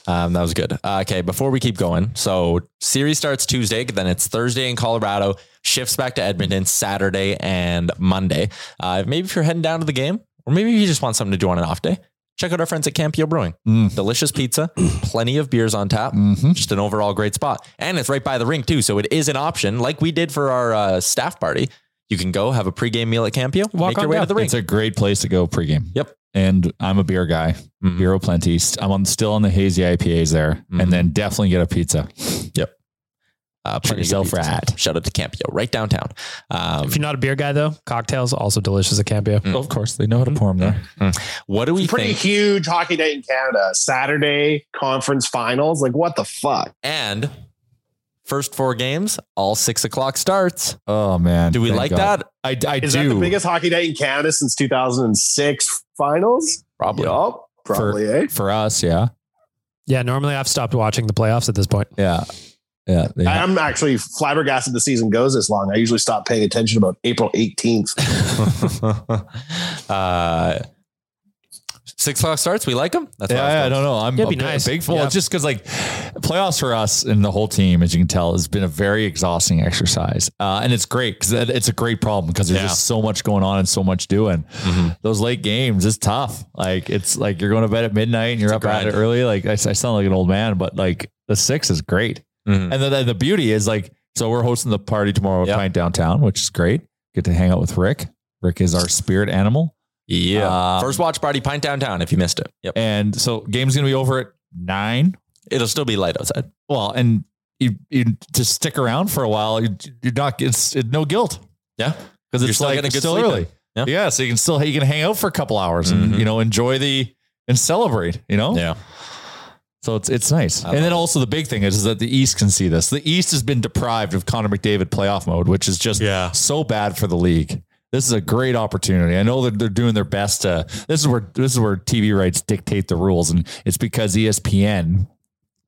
Speaker 4: Um, that was good. Uh, okay, before we keep going, so series starts Tuesday, then it's Thursday in Colorado, shifts back to Edmonton Saturday and Monday. Uh, maybe if you're heading down to the game, or maybe if you just want something to do on an off day, check out our friends at Campio Brewing.
Speaker 5: Mm.
Speaker 4: Delicious pizza,
Speaker 5: [clears throat]
Speaker 4: plenty of beers on tap,
Speaker 5: Mm-hmm.
Speaker 4: just an overall great spot. And it's right by the rink, too. So it is an option, like we did for our uh, staff party. You can go have a pregame meal at Campio,
Speaker 6: Walk
Speaker 4: make your
Speaker 6: on
Speaker 4: way
Speaker 6: down.
Speaker 4: to the rink.
Speaker 5: It's a great place to go pregame.
Speaker 4: Yep. Mm-hmm.
Speaker 5: And I'm a beer guy, beer plenty. I'm on still on the hazy IPAs there, and then definitely get a pizza.
Speaker 4: Yep. Uh,
Speaker 5: Treat
Speaker 4: plenty of
Speaker 5: yourself
Speaker 4: good pizzas.
Speaker 5: rat.
Speaker 4: Shout out to Campio, right downtown. Um,
Speaker 6: if you're not a beer guy though, cocktails also delicious at Mm-hmm. Campio.
Speaker 5: Of course, they know how to pour them there.
Speaker 4: what do we
Speaker 3: Pretty
Speaker 4: think?
Speaker 3: huge hockey day in Canada. Saturday conference finals. Like what the fuck?
Speaker 4: And first four games, all six o'clock starts.
Speaker 5: Oh man,
Speaker 4: Do we
Speaker 5: thank
Speaker 4: like
Speaker 5: God.
Speaker 4: that?
Speaker 5: I, I
Speaker 3: Is
Speaker 5: do.
Speaker 3: that the biggest hockey day in Canada since 2006 finals?
Speaker 4: Probably.
Speaker 3: Yup. Probably, eh?
Speaker 5: for us? Yeah,
Speaker 6: Yeah, normally I've stopped watching the playoffs at this point.
Speaker 5: yeah, yeah. They-
Speaker 3: I- I'm actually flabbergasted the season goes this long. I usually stop paying attention about April 18th.
Speaker 5: [laughs]
Speaker 4: uh, six o'clock starts. We like them. That's what
Speaker 5: yeah, yeah, I
Speaker 4: was going.
Speaker 5: don't know. I'm
Speaker 6: It'd
Speaker 5: a
Speaker 6: be
Speaker 5: bi-
Speaker 6: nice.
Speaker 5: big full.
Speaker 6: Yeah.
Speaker 5: It's just because like playoffs for us and the whole team, as you can tell, has been a very exhausting exercise, uh, and it's great because it's a great problem because there's
Speaker 4: Yeah.
Speaker 5: just so much going on and so much doing.
Speaker 4: Mm-hmm.
Speaker 5: Those late games is tough. Like it's like you're going to bed at midnight and you're
Speaker 4: a
Speaker 5: up at
Speaker 4: grind.
Speaker 5: it early. Like I, I sound like an old man, but like the six is great.
Speaker 4: Mhm.
Speaker 5: And the, the beauty is like, so we're hosting the party tomorrow at
Speaker 4: Yeah.
Speaker 5: Pint Downtown, which is great. Get to hang out with Rick. Rick is our spirit animal.
Speaker 4: Yeah.
Speaker 5: Um,
Speaker 4: Uh, first watch party, Pint Downtown, if you missed it. Yep.
Speaker 5: And so game's going to be over at nine.
Speaker 4: It'll still be light outside.
Speaker 5: Well, and you, you to stick around for a while, you, you're not, it's it, no guilt
Speaker 4: Yeah.
Speaker 5: because
Speaker 4: You're
Speaker 5: it's
Speaker 4: still
Speaker 5: like
Speaker 4: getting a
Speaker 5: it's
Speaker 4: good
Speaker 5: still
Speaker 4: sleep
Speaker 5: early.
Speaker 4: in.
Speaker 5: Yeah. So you can still, you can hang out for a couple hours and,
Speaker 4: Mhm.
Speaker 5: you know, enjoy the, and celebrate, you know?
Speaker 4: Yeah.
Speaker 5: So it's it's nice. and then also the big thing is, is that the East can see this. The East has been deprived of Connor McDavid playoff mode, which is just
Speaker 4: Yeah.
Speaker 5: so bad for the league. This is a great opportunity. I know that they're doing their best to this is where this is where TV rights dictate the rules. And it's because E ESPN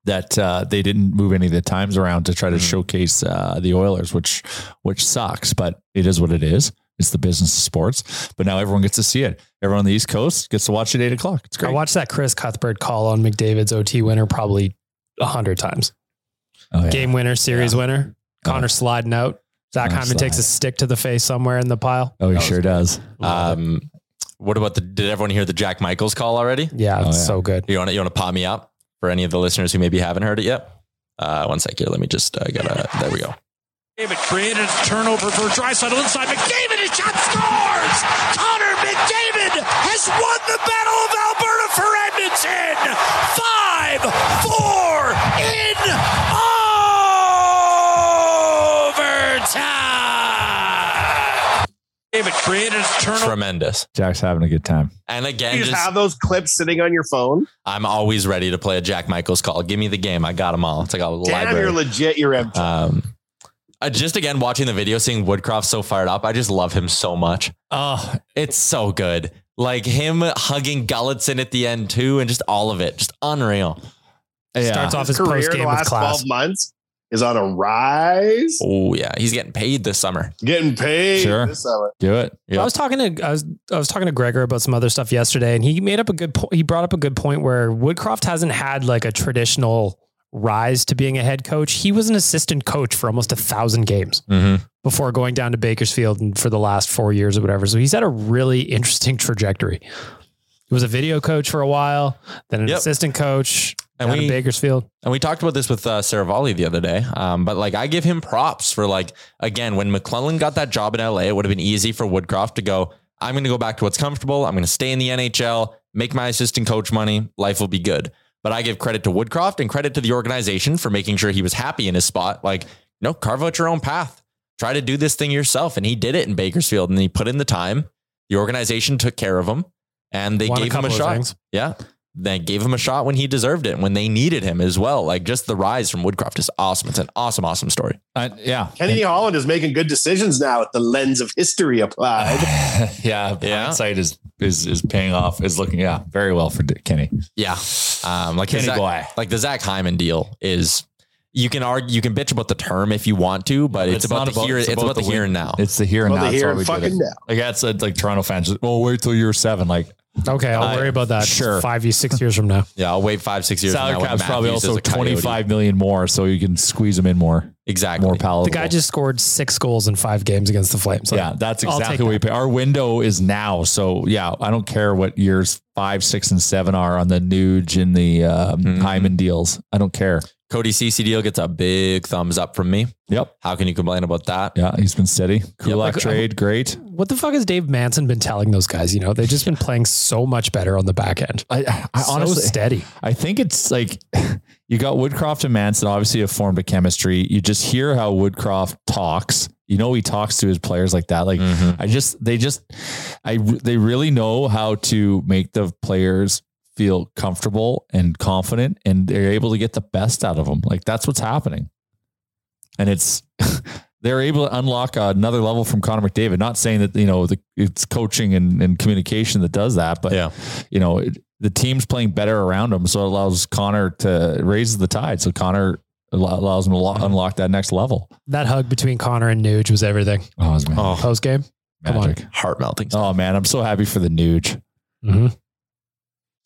Speaker 5: that uh, they didn't move any of the times around to try to showcase uh, the Oilers, which which sucks, but it is what it is. It's the business of sports. But now everyone gets to see it. Everyone on the East Coast gets to watch it at eight o'clock. It's great.
Speaker 6: I watched that Chris Cuthbert call on McDavid's OT winner probably a hundred times.
Speaker 5: Oh, yeah.
Speaker 6: Game winner, series winner. Connor sliding out. Zach
Speaker 5: Connor
Speaker 6: Hyman takes
Speaker 5: slide.
Speaker 6: a stick to the face somewhere in the pile.
Speaker 5: Oh, he sure does.
Speaker 4: Um, what about the? Did everyone hear the Jack Michaels call already?
Speaker 6: Yeah, it's
Speaker 5: Oh, yeah.
Speaker 6: so good.
Speaker 4: You want to you want to pop me up for any of the listeners who maybe haven't heard it yet? Uh, one sec here. Let me just. I gotta. There we go.
Speaker 8: McDavid created a turnover for Drysdale inside. McDavid his shot scores. Connor McDavid has won the battle of Alberta for Edmonton. Five, four in overtime. McDavid created a turnover.
Speaker 4: Tremendous.
Speaker 5: Jack's having a good time.
Speaker 4: And again,
Speaker 3: You just
Speaker 4: just
Speaker 3: have those clips sitting on your phone.
Speaker 4: I'm always ready to play a Jack Michaels call. Give me the game. I got them all. It's like a
Speaker 3: Damn,
Speaker 4: library.
Speaker 3: you're legit. You're empty.
Speaker 4: um, Uh, just again, watching the video, seeing Woodcroft so fired up. I just love him so much. Oh, it's so good. Like him hugging Gullitson at the end too, and just all of it, just unreal.
Speaker 6: Starts off his
Speaker 3: career
Speaker 6: post
Speaker 3: in
Speaker 6: game
Speaker 3: the
Speaker 6: with
Speaker 3: last
Speaker 6: class.
Speaker 3: 12 months is on a rise.
Speaker 4: Oh yeah, he's getting paid this summer.
Speaker 3: Getting paid
Speaker 5: Sure.
Speaker 3: this summer.
Speaker 5: Do it.
Speaker 6: I was talking to I was I was talking to Gregor about some other stuff yesterday, and he made up a good point. He brought up a good point where Woodcroft hasn't had like a traditional rise to being a head coach. He was an assistant coach for almost a thousand games
Speaker 5: Mm-hmm.
Speaker 6: before going down to Bakersfield and for the last four years or whatever. So he's had a really interesting trajectory. He was a video coach for a while, then an
Speaker 4: Yep.
Speaker 6: assistant coach,
Speaker 4: And
Speaker 6: and down
Speaker 4: we-
Speaker 6: to Bakersfield.
Speaker 4: And we talked about this with uh, Saravalli the other day. Um, but like, I give him props for like, again, when McClellan got that job in LA, it would have been easy for Woodcroft to go, I'm going to go back to what's comfortable. I'm going to stay in the NHL, make my assistant coach money. Life will be good. But I give credit to Woodcroft and credit to the organization for making sure he was happy in his spot. Like, no, carve out your own path. Try to do this thing yourself. And he did it in Bakersfield and he put in the time. The organization took care of him and they
Speaker 6: Won a
Speaker 4: gave him a
Speaker 6: couple of
Speaker 4: shot.
Speaker 6: things.
Speaker 4: Yeah. They gave him a shot when he deserved it and when they needed him as well. Like just the rise from Woodcroft is awesome. It's an awesome, awesome story.
Speaker 5: yeah. [laughs]
Speaker 3: Kenny Holland is making good decisions now with the lens of history applied.
Speaker 5: yeah, hindsight is is is paying off. Is looking yeah very well for Dick Kenny.
Speaker 4: Yeah. Um, like, the
Speaker 5: Kenny
Speaker 4: Zach,
Speaker 5: boy.
Speaker 4: like the Zach Hyman deal is you can argue, you can bitch about the term if you want to, but it's, about, the here, it's, about, the, here
Speaker 5: win.
Speaker 4: and now.
Speaker 5: It's the here and
Speaker 3: Well, the
Speaker 5: now. That's
Speaker 3: here
Speaker 5: why
Speaker 3: and
Speaker 5: we did
Speaker 3: fucking
Speaker 5: it.
Speaker 3: now.
Speaker 5: Like that's it's like Toronto fans. just, Well, wait till you're seven. Like
Speaker 6: Okay, I'll
Speaker 5: Uh,
Speaker 6: worry about that.
Speaker 5: sure.
Speaker 6: five years, six years from now.
Speaker 4: yeah, I'll wait five, six years. from now
Speaker 5: salary
Speaker 4: when
Speaker 5: cap's probably
Speaker 4: Matthews is
Speaker 5: also
Speaker 4: a Coyote.
Speaker 5: twenty five million more, so you can squeeze them in more,
Speaker 4: Exactly.
Speaker 5: more palatable.
Speaker 6: The guy just scored six goals in five games against the Flames. Like,
Speaker 5: yeah, that's
Speaker 6: I'll
Speaker 5: exactly
Speaker 6: take
Speaker 5: what we pay. Our window is now, so yeah, I don't care what years five, six, and seven are on the Nuge and the um,
Speaker 6: Mm-hmm.
Speaker 5: Hyman deals. I don't care.
Speaker 4: Cody CC deal gets a big thumbs up from me.
Speaker 5: Yep.
Speaker 4: How can you complain about that?
Speaker 5: Yeah, he's been steady. Kulak
Speaker 6: like,
Speaker 5: trade, great.
Speaker 6: What the fuck has Dave Manson been telling those guys? You know, they've just been playing so much better on the back end.
Speaker 5: I, I
Speaker 6: so
Speaker 5: honestly,
Speaker 6: steady.
Speaker 5: I think it's like [laughs] you got Woodcroft and Manson obviously have formed a chemistry. You just hear how Woodcroft talks. You know he talks to his players like that. Like I just they just I they really know how to make the players feel comfortable and confident and they're able to get the best out of them. Like that's what's happening. And it's [laughs] they're able to unlock another level from Connor McDavid. Not saying that, you know, the, it's coaching and, and communication that does that, but
Speaker 4: Yeah.
Speaker 5: you know, it, the team's playing better around him, so it allows Connor to raise the tide. So Connor al- allows him to lo- unlock that next level.
Speaker 6: That hug between Connor and Nuge was everything.
Speaker 5: Oh, it was magic.
Speaker 4: Oh,
Speaker 6: Post game. come on.
Speaker 5: Magic.
Speaker 4: heart melting.
Speaker 5: Oh man, I'm so happy for the Nuge.
Speaker 6: Mm-hmm.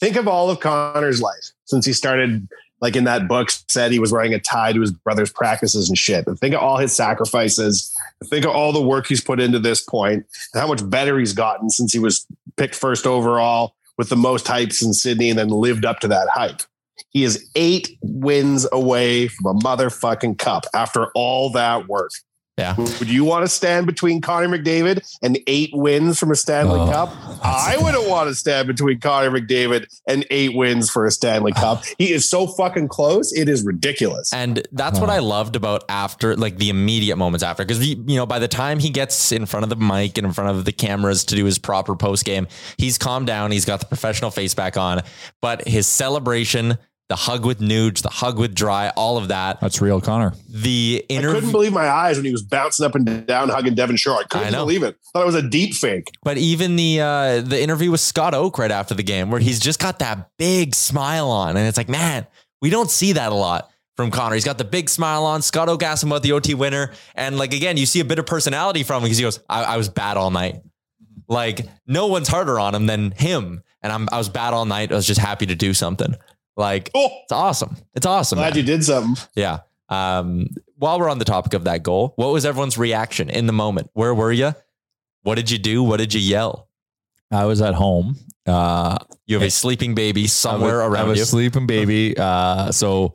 Speaker 3: Think of all of Connor's life since he started, like in that book, said he was wearing a tie to his brother's practices and shit. And think of all his sacrifices. Think of all the work he's put into this point and how much better he's gotten since he was picked first overall with the most hypes in Sydney and then lived up to that hype. He is eight wins away from a motherfucking cup after all that work.
Speaker 4: Yeah.
Speaker 3: Would you want to stand between Connor McDavid and eight wins from a Stanley
Speaker 5: Oh,
Speaker 3: Cup? I wouldn't want to stand between Connor McDavid and eight wins for a Stanley Cup. He is so fucking close. It is ridiculous.
Speaker 4: And that's what I loved about after, like the immediate moments after, because you know, by the time he gets in front of the mic and in front of the cameras to do his proper post game, he's calmed down. He's got the professional face back on, but his celebration, the hug with Nuge, the hug with Dry, all of that,
Speaker 5: That's real Connor.
Speaker 4: the
Speaker 3: I couldn't
Speaker 4: interview.
Speaker 3: believe my eyes when he was bouncing up and down hugging Devon Shore. I
Speaker 4: I
Speaker 3: couldn't
Speaker 4: know.
Speaker 3: believe it. Thought it was a deep fake.
Speaker 4: But even the uh, the interview with Scott Oak right after the game, where he's just got that big smile on, and it's like, man, we don't see that a lot from Connor. He's got the big smile on. Scott Oak asked him about the OT winner, and like again, you see a bit of personality from him because he goes, I, "I was bad all night." Like no one's harder on him than him, and I'm I was bad all night. I was just happy to do something. Like
Speaker 3: Oh,
Speaker 4: it's awesome. It's awesome. man.
Speaker 3: glad you did something.
Speaker 4: Yeah. Um, while we're on the topic of that goal, what was everyone's reaction in the moment? Where were you? What did you do? What did you yell?
Speaker 5: I was at home. Uh,
Speaker 4: You have
Speaker 5: Yeah.
Speaker 4: a sleeping baby somewhere
Speaker 5: I was,
Speaker 4: around
Speaker 5: I was
Speaker 4: you. [laughs]
Speaker 5: sleeping baby. Uh, so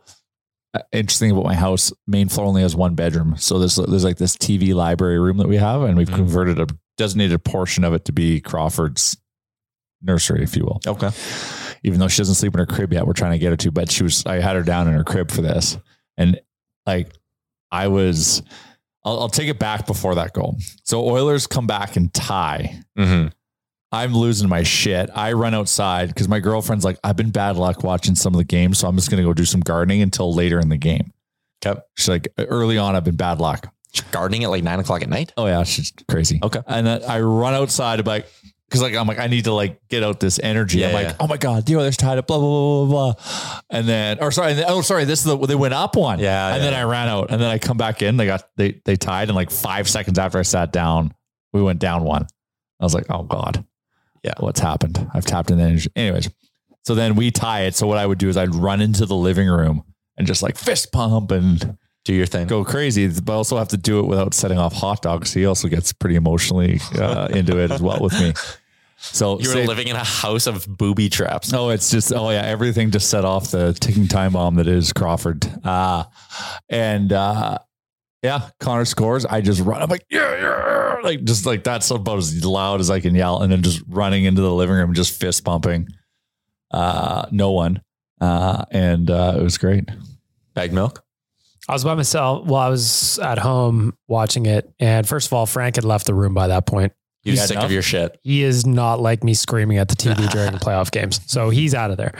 Speaker 5: uh, interesting about my house, main floor only has one bedroom. So there's there's like this TV library room that we have, and we've
Speaker 4: Mhm.
Speaker 5: converted a designated portion of it to be Crawford's nursery, if you will.
Speaker 4: okay.
Speaker 5: Even though she doesn't sleep in her crib yet, we're trying to get her to. But she was I had her down in her crib for this, and like I was. I'll, I'll take it back before that goal. So Oilers come back and tie.
Speaker 4: Mm-hmm.
Speaker 5: I'm losing my shit. I run outside because my girlfriend's like, I've been bad luck watching some of the games, so I'm just gonna go do some gardening until later in the game.
Speaker 4: Yep.
Speaker 5: She's like, early on, I've been bad luck.
Speaker 4: gardening at like nine o'clock at night.
Speaker 5: Oh yeah, it's just crazy.
Speaker 4: Okay,
Speaker 5: and then I run outside I'm like because like I'm like I need to like get out this energy.
Speaker 4: Yeah,
Speaker 5: I'm like,
Speaker 4: yeah.
Speaker 5: oh my god, the others tied up, blah blah blah blah blah, and then or sorry, and then- oh sorry, this is the they went up one.
Speaker 4: Yeah,
Speaker 5: and
Speaker 4: yeah.
Speaker 5: then I ran out, and then I come back in. They got they they tied, and like five seconds after I sat down, we went down one. I was like, oh god,
Speaker 4: yeah,
Speaker 5: what's happened? I've tapped in the energy. Anyways, so then we tie it. So what I would do is I'd run into the living room and just like fist pump and
Speaker 4: do your thing,
Speaker 5: go crazy, but also have to do it without setting off hot dogs. He also gets pretty emotionally uh, into it as well with me.
Speaker 4: [laughs]
Speaker 5: So
Speaker 4: You were
Speaker 5: say-
Speaker 4: living in a house of booby traps.
Speaker 5: Oh, it's just oh yeah, everything just set off the ticking time bomb that is Crawford. Uh and uh yeah, Connor scores. I just run. I'm like, yeah, yeah, like just like that's about as loud as I can yell, and then just running into the living room, just fist pumping. Uh no one. Uh and uh it was great.
Speaker 4: Bag milk.
Speaker 6: I was by myself while I was at home watching it. And first of all, Frank had left the room by that point.
Speaker 4: You're
Speaker 6: He's-
Speaker 4: sick of your shit.
Speaker 6: He is not like me screaming at the TV during the playoff games. So he's out of there.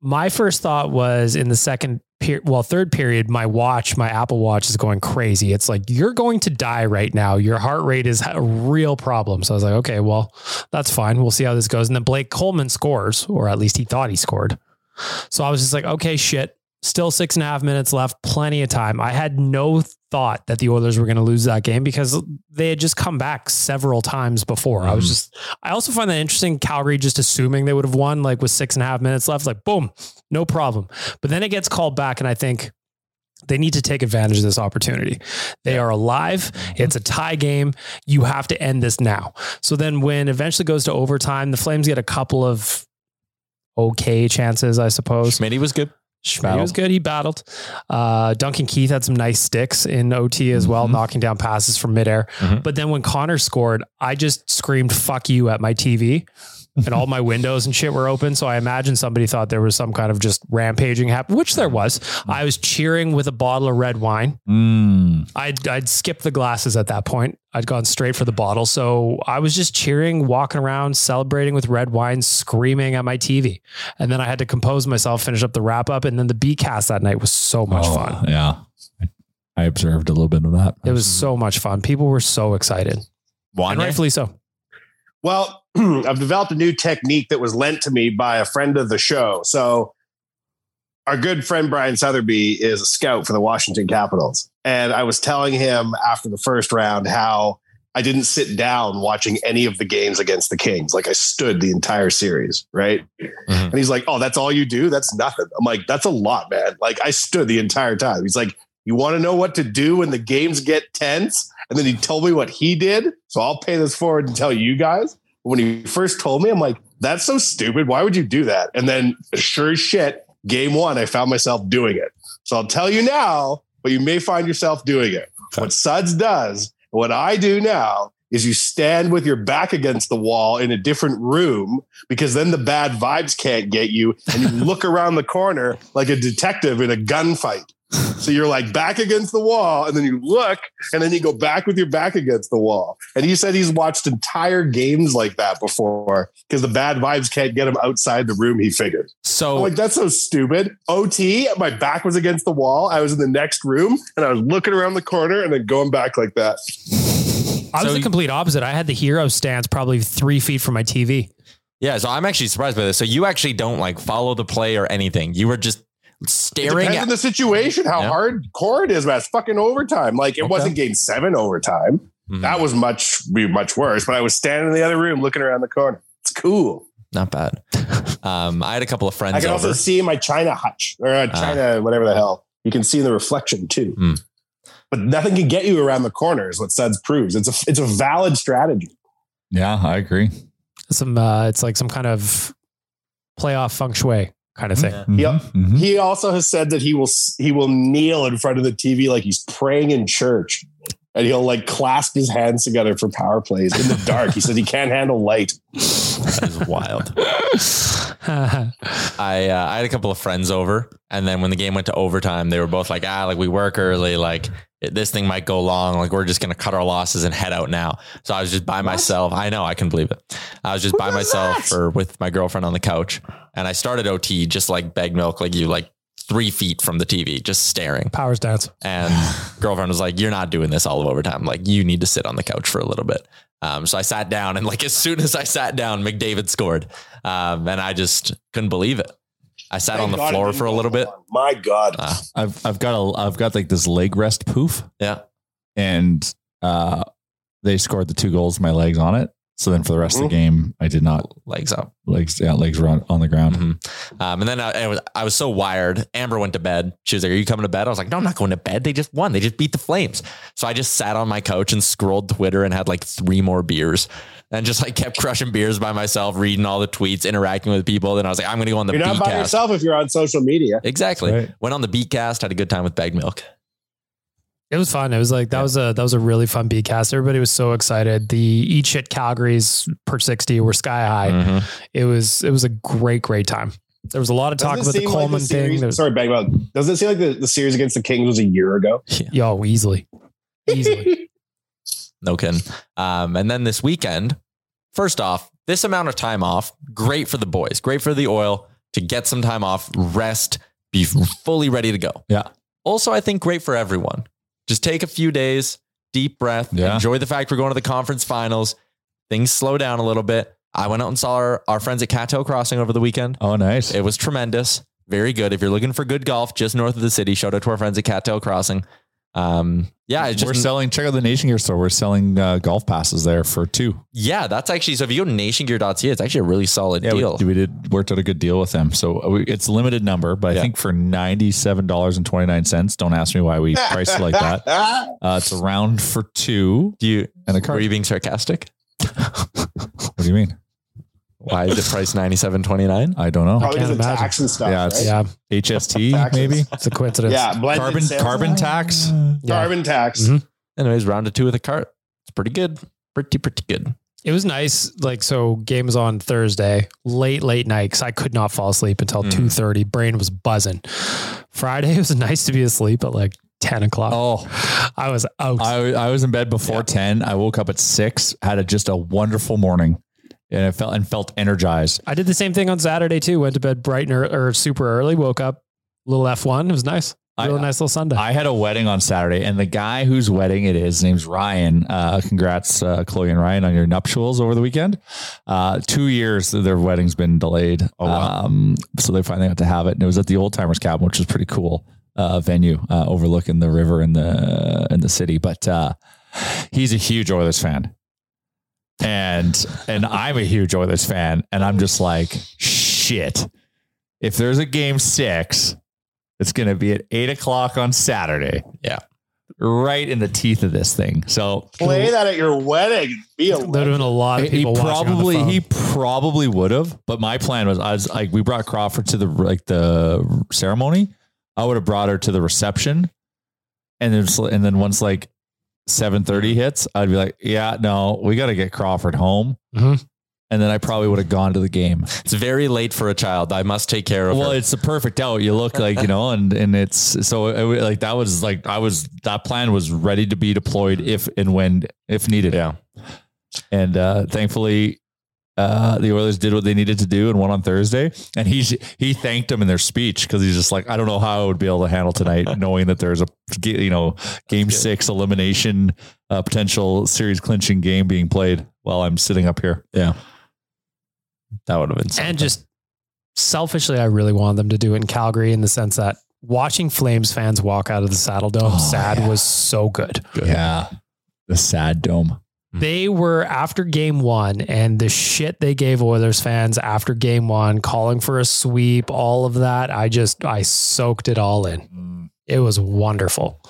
Speaker 6: My first thought was in the second period, well, third period, my watch, my Apple Watch is going crazy. It's like, you're going to die right now. Your heart rate is a real problem. So I was like, okay, well, that's fine. We'll see how this goes. And then Blake Coleman scores, or at least he thought he scored. So I was just like, okay, shit. Still six and a half minutes left, plenty of time. I had no thought that the Oilers were going to lose that game because they had just come back several times before. I was just, I also find that interesting. Calgary just assuming they would have won, like with six and a half minutes left, like boom, no problem. But then it gets called back, and I think they need to take advantage of this opportunity. They are alive. It's a tie game. You have to end this now. So then, when eventually goes to overtime, the Flames get a couple of okay chances, I suppose.
Speaker 4: Schmitty was good.
Speaker 6: Schmitty was good. He battled. Uh, Duncan Keith had some nice sticks in OT as well, knocking down passes from midair. But then when Connor scored, I just screamed "fuck you" at my TV, and all my windows and shit were open. So I imagine somebody thought there was some kind of just rampaging happen, which there was. I was cheering with a bottle of red wine.
Speaker 5: Mm.
Speaker 6: I'd, I'd skipped the glasses at that point. I'd gone straight for the bottle. So I was just cheering, walking around, celebrating with red wine, screaming at my TV. And then I had to compose myself, finish up the wrap up. And then the B cast that night was so much
Speaker 5: Oh,
Speaker 6: fun.
Speaker 5: Yeah. I, I observed a little bit of that.
Speaker 6: It was so much fun. People were so excited.
Speaker 4: Why?
Speaker 6: And rightfully so.
Speaker 3: Well, [clears throat] I've developed a new technique that was lent to me by a friend of the show. So, our good friend Brian Sutherby is a scout for the Washington Capitals. And I was telling him after the first round how I didn't sit down watching any of the games against the Kings. Like, I stood the entire series, right? And he's like, Oh, that's all you do? That's nothing. I'm like, That's a lot, man. Like, I stood the entire time. He's like, You want to know what to do when the games get tense? And then he told me what he did. So I'll pay this forward and tell you guys. When he first told me, I'm like, That's so stupid. Why would you do that? And then, sure as shit, game one, I found myself doing it. So I'll tell you now, but you may find yourself doing it. What Suds does, what I do now, is you stand with your back against the wall in a different room because then the bad vibes can't get you and you look around the corner like a detective in a gunfight. So you're like back against the wall and then you look and then you go back with your back against the wall. And he said he's watched entire games like that before because the bad vibes can't get him outside the room, he figures.
Speaker 4: So
Speaker 3: I'm like that's so stupid. OT, my back was against the wall. I was in the next room and I was looking around the corner and then going back like that.
Speaker 6: I was
Speaker 4: So
Speaker 6: the
Speaker 4: you-
Speaker 6: complete opposite. I had the hero stance probably three feet from my TV.
Speaker 4: Yeah, so I'm actually surprised by this. So you actually don't like follow the play or anything. You were just
Speaker 3: It
Speaker 4: staring
Speaker 3: depends
Speaker 4: at
Speaker 3: on the situation, how
Speaker 4: Yeah.
Speaker 3: hardcore it is, man. It's fucking overtime. Like
Speaker 4: Okay.
Speaker 3: it
Speaker 4: Mm-hmm.
Speaker 3: wasn't game seven overtime. That was much be much worse. But I was standing in the other room looking around the corner. It's cool.
Speaker 4: Not bad. [laughs] Um, I had a couple of friends
Speaker 3: I can
Speaker 4: over.
Speaker 3: also see my China hutch or
Speaker 6: Ah.
Speaker 3: uh, China, whatever the hell. You can see in the reflection too.
Speaker 4: Hmm.
Speaker 3: But nothing can get you around the corner is what Suds proves. It's a it's a valid strategy.
Speaker 5: Yeah, I agree.
Speaker 6: Some, uh, it's like some kind of playoff feng shui kind
Speaker 4: [laughs]
Speaker 6: of thing. [laughs]
Speaker 3: Yep.
Speaker 5: Mm-hmm.
Speaker 6: Hmm.
Speaker 3: He also has said that he will he will kneel in front of the TV like he's praying in church, and he'll like clasp his hands together for power plays in the dark. he says he can't handle light.
Speaker 4: That is wild. I uh, I had a couple of friends over, and then when the game went to overtime, they were both like, "Ah, like we work early. Like it- this thing might go long. Like we're just gonna cut our losses and head out now." So I was just by myself. I know I can believe it. I was just by myself or with my girlfriend on the couch, and I started OT just like bag milk, like you like three feet from the TV, just staring.
Speaker 6: Powers dance.
Speaker 4: And [sighs] girlfriend was like, "You're not doing this all of overtime. Like, you need to sit on the couch for a little bit." Um, so I sat down, and like as soon as I sat down, McDavid scored, um, and I just couldn't believe it. I sat
Speaker 3: Thank
Speaker 4: on the
Speaker 3: God it
Speaker 4: floor
Speaker 3: didn't
Speaker 4: for a little bit.
Speaker 3: My God.
Speaker 6: Ah,
Speaker 5: I've I've got a I've got like this leg rest poof.
Speaker 4: Yeah.
Speaker 5: And uh they scored the two goals my legs on it. So then for the rest of
Speaker 3: Mm-hmm.
Speaker 5: the game I did not
Speaker 4: legs up.
Speaker 5: Legs yeah, legs were on, on the ground.
Speaker 4: Um, and then I, I was I was so wired. Amber went to bed. She was like, "Are you coming to bed?" I was like, "No, I'm not going to bed. They just won. They just beat the Flames." So I just sat on my couch and scrolled Twitter and had like three more beers, and just like kept crushing beers by myself, reading all the tweets, interacting with people. Then I was like, "I'm going to go on the
Speaker 3: You're not by
Speaker 4: Beatcast."
Speaker 3: yourself if you're on social media.
Speaker 4: Exactly. Went on the Beatcast. Had a good time with Bag Milk.
Speaker 6: It was fun. It was like that was a that was a really fun beat cast. Everybody was so excited. The each hit Calgary's per sixty were sky high.
Speaker 4: Mm.
Speaker 6: It was it was a great great time. There was a lot of talk
Speaker 3: Doesn't
Speaker 6: about
Speaker 3: it
Speaker 6: the
Speaker 3: seem like
Speaker 6: Coleman
Speaker 3: series-
Speaker 6: thing. There was-
Speaker 3: Sorry, Bagwell. Doesn't it seem like the, the series against the Kings was a year ago?
Speaker 6: Yo, easily.
Speaker 3: [laughs]
Speaker 6: Easily.
Speaker 4: No kidding. Um, and then this weekend, first off, this amount of time off, great for the boys, great for the oil to get some time off, rest, be fully ready to go.
Speaker 5: Yeah.
Speaker 4: Also, I think great for everyone. Just take a few days, deep breath,
Speaker 5: Yeah.
Speaker 4: enjoy the fact we're going to the conference finals. Things slow down a little bit. I went out and saw our, our friends at Cattail Crossing over the weekend.
Speaker 5: Oh, nice.
Speaker 4: It was tremendous. Very good. If you're looking for good golf just north of the city, shout out to our friends at Cattail Crossing. Um, yeah, it's just
Speaker 5: we're selling check out the Nation Gear store. We're selling uh, golf passes there for two.
Speaker 4: Yeah, that's actually so. If you go to nationgear.ca, it's actually a really solid
Speaker 5: Yeah, we,
Speaker 4: deal.
Speaker 5: we did worked out a good deal with them. So uh, we, it's a limited number, but I think for ninety seven dollars and twenty nine cents. Don't ask me
Speaker 3: [laughs]
Speaker 5: why we priced it like that. Uh, it's a round for two.
Speaker 4: Do you
Speaker 5: and a card?
Speaker 4: Were you being sarcastic?
Speaker 5: What do you mean?
Speaker 4: Why is the price ninety seven twenty nine?
Speaker 5: I don't know.
Speaker 3: Probably because of tax and stuff.
Speaker 5: yeah, it's
Speaker 3: right?
Speaker 5: HST maybe.
Speaker 6: It's a coincidence.
Speaker 3: Yeah, blended
Speaker 5: carbon
Speaker 3: sales
Speaker 5: carbon
Speaker 3: tax.
Speaker 5: tax.
Speaker 3: Carbon tax.
Speaker 4: Anyways, round of two with a cart. It's pretty good. Pretty pretty good.
Speaker 6: It was nice. Like so, game was on Thursday, late late night, because I could not fall asleep
Speaker 4: Mm.
Speaker 6: until two thirty. Brain was buzzing. Friday [laughs] it was nice to be asleep at like ten
Speaker 3: Ah.
Speaker 6: o'clock.
Speaker 5: Oh,
Speaker 6: I was out.
Speaker 5: I, I was in bed before ten. I woke up at six. Had a, just a wonderful morning, and I felt and felt energized.
Speaker 6: I did the same thing on Saturday too. Went to bed bright and ear- or super early. Woke up little F one. It was nice. Real nice little Sunday.
Speaker 5: I had a wedding on Saturday, and the guy whose wedding it is, his name's Ryan. Uh, congrats, uh, Chloe and Ryan, on your nuptials over the weekend. Uh, two years that their wedding's been delayed. Oh, wow. um, so they finally got to have it, and it was at the Old Timers Cabin, which was pretty cool uh, venue uh, overlooking the river and the and the city. But uh, he's a huge Oilers fan, and and I'm a huge Oilers fan, and I'm just like shit. If there's a game six, it's going to be at eight o'clock on Saturday.
Speaker 4: Yeah.
Speaker 5: Right in the teeth of this thing. So
Speaker 3: Play that at your wedding. Be a
Speaker 6: There would have been a lot of
Speaker 5: he
Speaker 6: people. watching on the
Speaker 5: probably
Speaker 6: phone.
Speaker 5: he probably would have, but my plan was I was like we brought Crawford to the like the ceremony. I would have brought her to the reception, and then so- and then once like seven thirty hits, I'd be like, yeah, no, we got to get Crawford home,
Speaker 6: Mhm.
Speaker 5: and then I probably would have gone to the game.
Speaker 4: It's very late for a child. I must take care of
Speaker 5: Well,
Speaker 4: her.
Speaker 5: it's the perfect out. You look like you know, and and it's so it, wa- like that was like I was that plan was ready to be deployed if and when if needed.
Speaker 4: Yeah,
Speaker 5: and uh, thankfully. Uh, the Oilers did what they needed to do and won on Thursday. And he he thanked them in their speech because he's just like, I don't know how I would be able to handle
Speaker 4: [laughs]
Speaker 5: tonight, knowing that there's a ga- you know game six elimination uh, potential series clinching game being played while I'm sitting up here.
Speaker 4: Yeah, that would have been.
Speaker 6: and just selfishly, I really wanted them to do it in Calgary in the sense that watching Flames fans walk out of the Saddle Dome sad was so good.
Speaker 5: Oh,
Speaker 6: Mm.
Speaker 5: Yeah, the sad dome.
Speaker 6: They were after game one and the shit they gave Oilers fans after game one, calling for a sweep, all of that. I just, I soaked it all
Speaker 5: Mm.
Speaker 6: in. It was wonderful.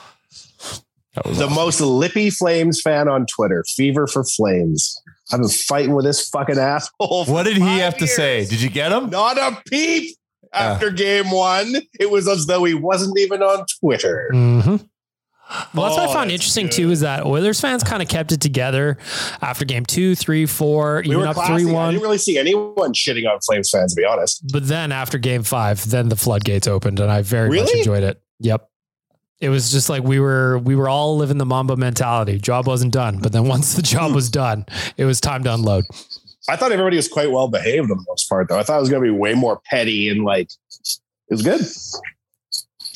Speaker 3: The most lippy Flames fan on Twitter. Fever for Flames. I've been fighting with this fucking asshole. for
Speaker 5: What did he
Speaker 3: five
Speaker 5: have to
Speaker 3: years.
Speaker 5: say? Did you Ah. get him?
Speaker 3: Not a peep after game one. It was as though he wasn't even on Twitter.
Speaker 6: Mm-hmm. Well, that's what I
Speaker 3: Oh,
Speaker 6: found
Speaker 3: that's
Speaker 6: interesting too is that Oilers fans kind of kept it together after game two, three, four,
Speaker 3: We
Speaker 6: even
Speaker 3: were
Speaker 6: up
Speaker 3: classy.
Speaker 6: three
Speaker 3: I
Speaker 6: one.
Speaker 3: didn't really see anyone shitting on Flames fans, to be honest.
Speaker 6: But then after game five, then the floodgates opened and I very much
Speaker 3: Really?
Speaker 6: enjoyed it. Yep. It was just like we were we were all living the Mamba mentality. Job wasn't done, but then once the
Speaker 3: Hmm.
Speaker 6: job was done, it was time to unload.
Speaker 3: I thought everybody was quite well behaved on the most part, though. I thought it was going to be way more petty and like it was good.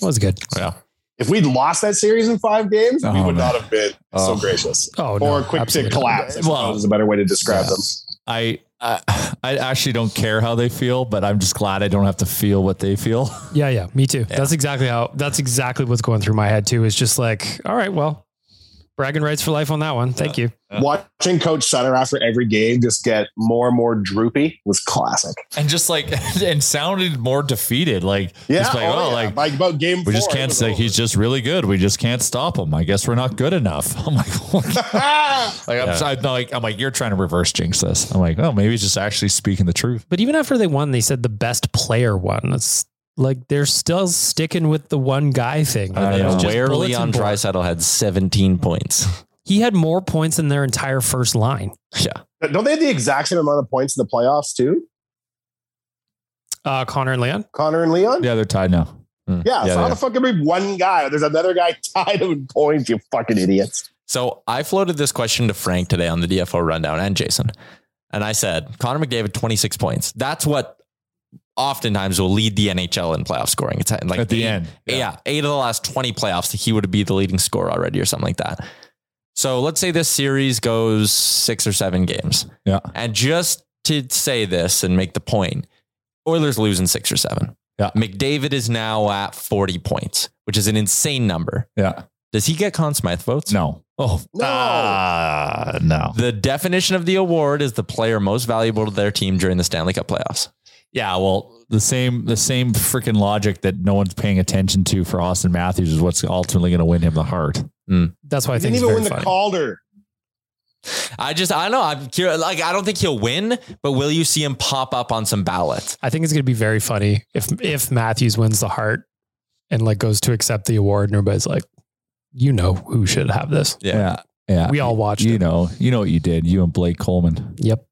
Speaker 6: was good.
Speaker 4: Yeah.
Speaker 3: If we'd lost that series in five games, we
Speaker 5: Oh,
Speaker 3: would
Speaker 5: man.
Speaker 3: not have been
Speaker 5: Oh.
Speaker 3: so gracious.
Speaker 6: Oh, no,
Speaker 3: or quick
Speaker 6: absolutely.
Speaker 3: to collapse. I
Speaker 5: Well,
Speaker 3: suppose is a better way to describe them.
Speaker 5: I, I I actually don't care how they feel, but I'm just glad I don't have to feel what they feel. [laughs]
Speaker 6: Yeah, yeah, me too. That's exactly how. That's exactly what's going through my head too. Is just like, all right, well, bragging rights for life on that one. Thank you.
Speaker 3: Watching Coach Sutter after every game just get more and more droopy was classic.
Speaker 5: and just like [laughs] and sounded more defeated. Like
Speaker 3: Yeah,
Speaker 5: just like,
Speaker 3: oh,
Speaker 5: oh,
Speaker 3: yeah.
Speaker 5: like
Speaker 3: Like, about game
Speaker 5: we just
Speaker 3: four, it
Speaker 5: can't
Speaker 3: was
Speaker 5: say he's just really good. We just can't stop him. I guess we're not good enough. [laughs] I'm like, what? like I'm,
Speaker 6: Yeah.
Speaker 5: so- I'm like I'm like you're trying to reverse jinx this. I'm like, oh, maybe he's just actually speaking the truth.
Speaker 6: But even after they won, they said the best player won. It's like they're still sticking with the one guy thing. Like, it was just
Speaker 4: Where
Speaker 6: bulletin
Speaker 4: Leon
Speaker 6: board.
Speaker 4: Drysaddle had 17 points.
Speaker 6: He had more points than their entire first line.
Speaker 4: Yeah.
Speaker 3: [laughs] Don't they have the exact same amount of points in the playoffs too?
Speaker 6: Uh, Connor and Leon.
Speaker 3: Connor and Leon.
Speaker 5: Yeah, they're tied now. Mm.
Speaker 3: Yeah, so
Speaker 5: they
Speaker 3: how
Speaker 5: are.
Speaker 3: the fuck can be one guy? There's another guy [laughs] tied in points. You fucking idiots.
Speaker 4: So I floated this question to Frank today on the DFO rundown and Jason. And I said, Connor McDavid, 26 points. That's what oftentimes will lead the NHL in playoff scoring. It's like
Speaker 5: At the
Speaker 4: eight-
Speaker 5: end,
Speaker 4: Yeah. Eight of the last 20 playoffs, he would be the leading scorer already or something like that. So let's say this series goes six or seven games.
Speaker 5: Yeah.
Speaker 4: And just to say this and make the point, Oilers losing six or seven.
Speaker 5: Yeah.
Speaker 4: McDavid is now at 40 points, which is an insane number.
Speaker 5: Yeah.
Speaker 4: Does he get Conn Smythe votes?
Speaker 5: No. Oh
Speaker 3: No.
Speaker 5: ah, no.
Speaker 4: The definition of the award is the player most valuable to their team during the Stanley Cup playoffs.
Speaker 5: Yeah, well, the same the same freaking logic that no one's paying attention to for Austin Matthews is what's ultimately going to win him the heart.
Speaker 6: That's why I
Speaker 3: He didn't
Speaker 6: think it's
Speaker 3: even win
Speaker 6: very
Speaker 3: the
Speaker 6: funny.
Speaker 3: Calder.
Speaker 4: I just, I don't know. I'm curious. Like, I don't think he'll win, but will you see him pop up on some ballot?
Speaker 6: I think it's going to be very funny if if Matthews wins the heart and like goes to accept the award, and everybody's like, you know who should have this.
Speaker 4: Yeah.
Speaker 5: yeah. yeah.
Speaker 6: We all watched
Speaker 5: you
Speaker 6: it.
Speaker 5: know, you know what you did. You and Blake Coleman.
Speaker 6: Yep.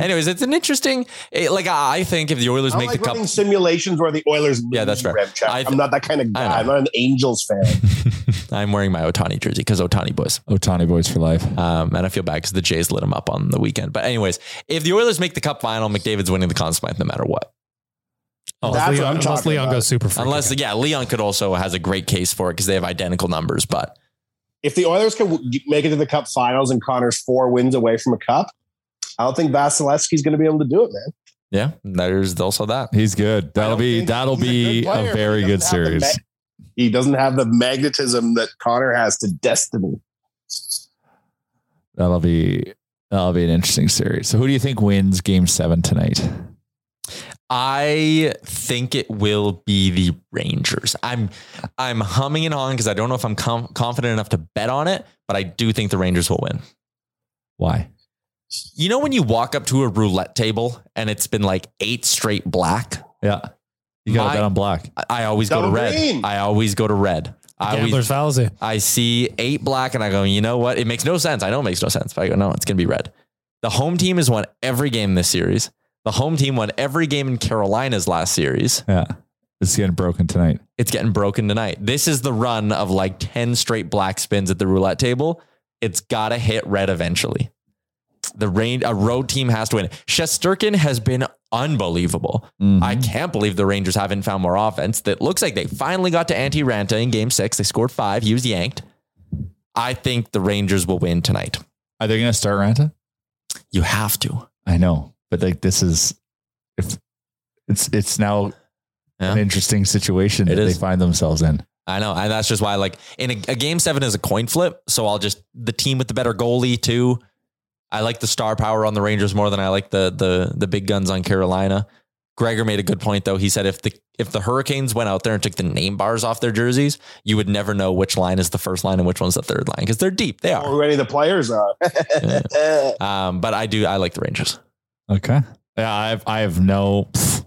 Speaker 4: Anyways, it's an interesting, it- like, I I think if the Oilers
Speaker 3: Mm-hmm. I don't
Speaker 4: make
Speaker 3: like
Speaker 4: the cup,
Speaker 3: running simulations where the Oilers.
Speaker 4: Yeah, that's
Speaker 3: lose
Speaker 4: fair.
Speaker 3: rem check.
Speaker 4: I-
Speaker 3: I'm not that kind of
Speaker 4: know.
Speaker 3: guy. I'm not an Angels fan.
Speaker 4: [laughs] I'm wearing my Otani jersey because Otani boys.
Speaker 5: Otani boys for life.
Speaker 4: Um, and I feel bad because the Jays lit him up on the weekend. But, anyways, if the Oilers make the cup final, McDavid's winning the Conn Smythe no matter what.
Speaker 6: Unless
Speaker 3: That's what
Speaker 6: Leon,
Speaker 3: I'm
Speaker 6: unless
Speaker 3: talking
Speaker 6: Leon
Speaker 3: about.
Speaker 6: goes super freak
Speaker 4: Unless,
Speaker 6: again.
Speaker 4: yeah, Leon could also has a great case for it because they have identical numbers. But
Speaker 3: If the Oilers can w- make it to the Cup Finals and Connor's four wins away from a cup, I don't think Vasilevsky's going to be able to do it, man.
Speaker 4: yeah, there's also that.
Speaker 5: He's good.
Speaker 3: I
Speaker 5: That'll
Speaker 3: don't
Speaker 5: be
Speaker 3: think
Speaker 5: that'll
Speaker 3: he's a
Speaker 5: be
Speaker 3: good player,
Speaker 5: a
Speaker 3: but he
Speaker 5: very good
Speaker 3: doesn't have the
Speaker 5: series.
Speaker 3: He doesn't have the magnetism that Connor has to destiny.
Speaker 5: That'll be that'll be an interesting series. So who do you think wins game seven tonight?
Speaker 4: I think it will be the Rangers. I'm I'm humming and on because I don't know if I'm com- confident enough to bet on it, but I do think the Rangers will win.
Speaker 5: Why?
Speaker 4: You know when you walk up to a roulette table and it's been like eight straight black,
Speaker 5: Yeah. You gotta
Speaker 4: My-
Speaker 5: bet on black.
Speaker 4: I- I always go to
Speaker 3: Double
Speaker 4: red.
Speaker 3: green.
Speaker 4: I always go to red. I
Speaker 6: Gambler's
Speaker 4: always,
Speaker 6: fallacy.
Speaker 4: I see eight black and I go, you know what? It makes no sense. I know it makes no sense, but I go, no, it's gonna be red. The home team has won every game this series. The home team won every game in Carolina's last series.
Speaker 5: Yeah. It's getting broken tonight.
Speaker 4: it's getting broken tonight. This is the run of like 10 straight black spins at the roulette table. It's got to hit red eventually. The rain, a road team has to win. Shesterkin has been unbelievable. I can't believe the Rangers haven't found more offense. That looks like they finally got to Antti Ranta in game six. They scored five. He was yanked. I think the Rangers will win tonight.
Speaker 5: Are they gonna start Ranta?
Speaker 4: You have to.
Speaker 5: I know. But like this is if it's it's now
Speaker 4: Yeah.
Speaker 5: an interesting situation
Speaker 4: It
Speaker 5: that
Speaker 4: is.
Speaker 5: they find themselves in.
Speaker 4: I know. And that's just why, like, in a, a game seven is a coin flip. So I'll just, the team with the better goalie, too. I like the star power on the Rangers more than I like the the the big guns on Carolina. Gregor made a good point though. He said if the if the Hurricanes went out there and took the name bars off their jerseys, you would never know which line is the first line and which one's the third line because they're deep. They
Speaker 3: Or
Speaker 4: are.
Speaker 3: who any of the players
Speaker 5: [laughs]
Speaker 3: are.
Speaker 4: Um, but I do I like the Rangers.
Speaker 5: Okay. Yeah, I've I have no [sighs] pff.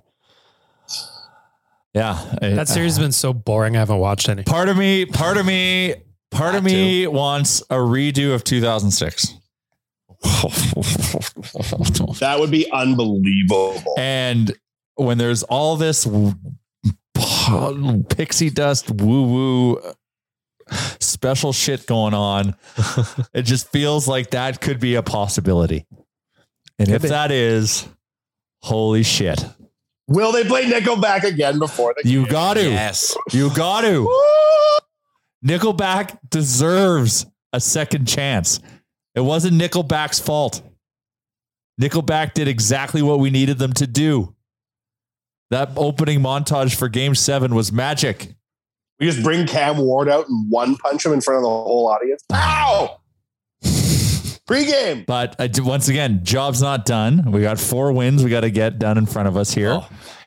Speaker 5: Yeah. I-
Speaker 6: That series has been so boring. I haven't watched any.
Speaker 5: Part of me, part of me, part of
Speaker 4: Had
Speaker 5: me wants a redo
Speaker 4: [laughs]
Speaker 5: of 2006.
Speaker 3: that would be unbelievable.
Speaker 5: and when there's all this w- [laughs] pixie dust woo woo special shit going on, it just feels like that could be a possibility. And if
Speaker 6: be.
Speaker 5: that is, holy shit.
Speaker 3: Will they play Nickelback again before the
Speaker 5: You got to. Yes. You got to. [laughs] Nickelback deserves a second chance. It wasn't Nickelback's fault. Nickelback did exactly what we needed them to do. That opening montage for game seven was magic.
Speaker 3: We just bring Cam Ward out and one punch him in front of the whole audience.
Speaker 5: [laughs]
Speaker 3: Ow! Pre-game.
Speaker 5: But I do, once again, job's not done. We got four wins we got to get done in front of us here.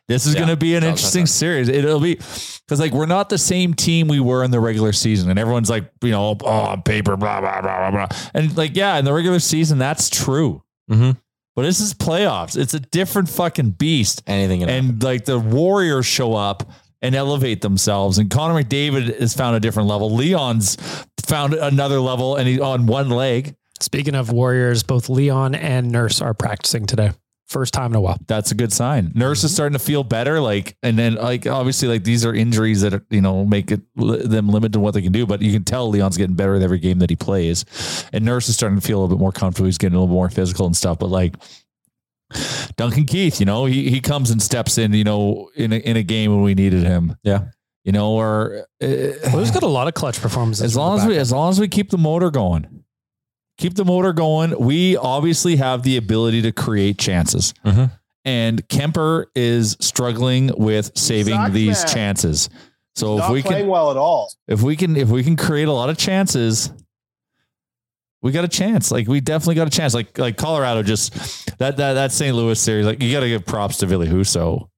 Speaker 5: This is
Speaker 4: Yeah,
Speaker 5: going to be an
Speaker 4: job's not
Speaker 5: interesting
Speaker 4: done.
Speaker 5: series. It'll be because like we're not the same team we were in the regular season, and everyone's like, you know, oh, on paper, blah blah blah blah blah, and like yeah, in the regular season that's true.
Speaker 4: Mhm.
Speaker 5: But this is playoffs. It's a different fucking beast.
Speaker 4: Anything can
Speaker 5: and like the Warriors show up and elevate themselves. And Connor McDavid has found a different level. Leon's found another level, and he's on one leg.
Speaker 6: Speaking of Warriors, both Leon and Nurse are practicing today. First time in a while.
Speaker 5: That's a good sign. Nurse is starting to feel better. Like, and then like obviously like these are injuries that are, you know make it li- them limited what they can do. But you can tell Leon's getting better with every game that he plays, and Nurse is starting to feel a little bit more comfortable. He's getting a little more physical and stuff. But like Duncan Keith, you know, he he comes and steps in, you know, in a, in a game when we needed him.
Speaker 4: Yeah.
Speaker 5: You know, or uh,
Speaker 6: Well, he's got a lot of clutch performances.
Speaker 5: as
Speaker 6: from the
Speaker 5: long as
Speaker 6: back
Speaker 5: we as long as we keep the motor going, keep the motor going. We obviously have the ability to create chances,
Speaker 4: Mhm.
Speaker 5: and Kemper is struggling with saving
Speaker 3: Sucks,
Speaker 5: these
Speaker 3: man.
Speaker 5: chances. So
Speaker 3: Not
Speaker 5: if we
Speaker 3: playing
Speaker 5: can,
Speaker 3: well at all.
Speaker 5: if we can, if we can create a lot of chances, we got a chance. Like we definitely got a chance. Like like Colorado just that that that St. Louis series. Like you got to give props to Billy Huso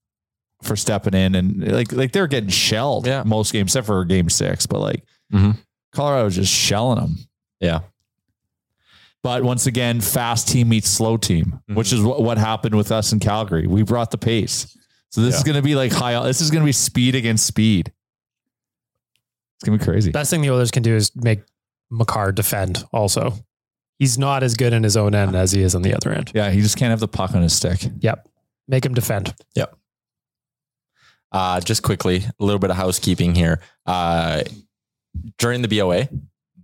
Speaker 5: for stepping in and like like they're getting shelled
Speaker 4: Yeah.
Speaker 5: most games except for game six, but like
Speaker 4: Mhm.
Speaker 5: Colorado's just shelling them.
Speaker 4: Yeah.
Speaker 5: But once again, fast team meets slow team, which
Speaker 4: Mm-hmm.
Speaker 5: is what, what happened with us in Calgary. We brought the pace. So this is going to be like high. This is going to be speed against speed. It's going to be crazy.
Speaker 6: Best thing the others can do is make McCarr defend also. He's not as good in his own end as he is on the other end.
Speaker 5: Yeah, he just can't have the puck on his stick.
Speaker 6: Yep. Make him defend.
Speaker 4: Uh, just quickly, a little bit of housekeeping here. Uh, during the BOA,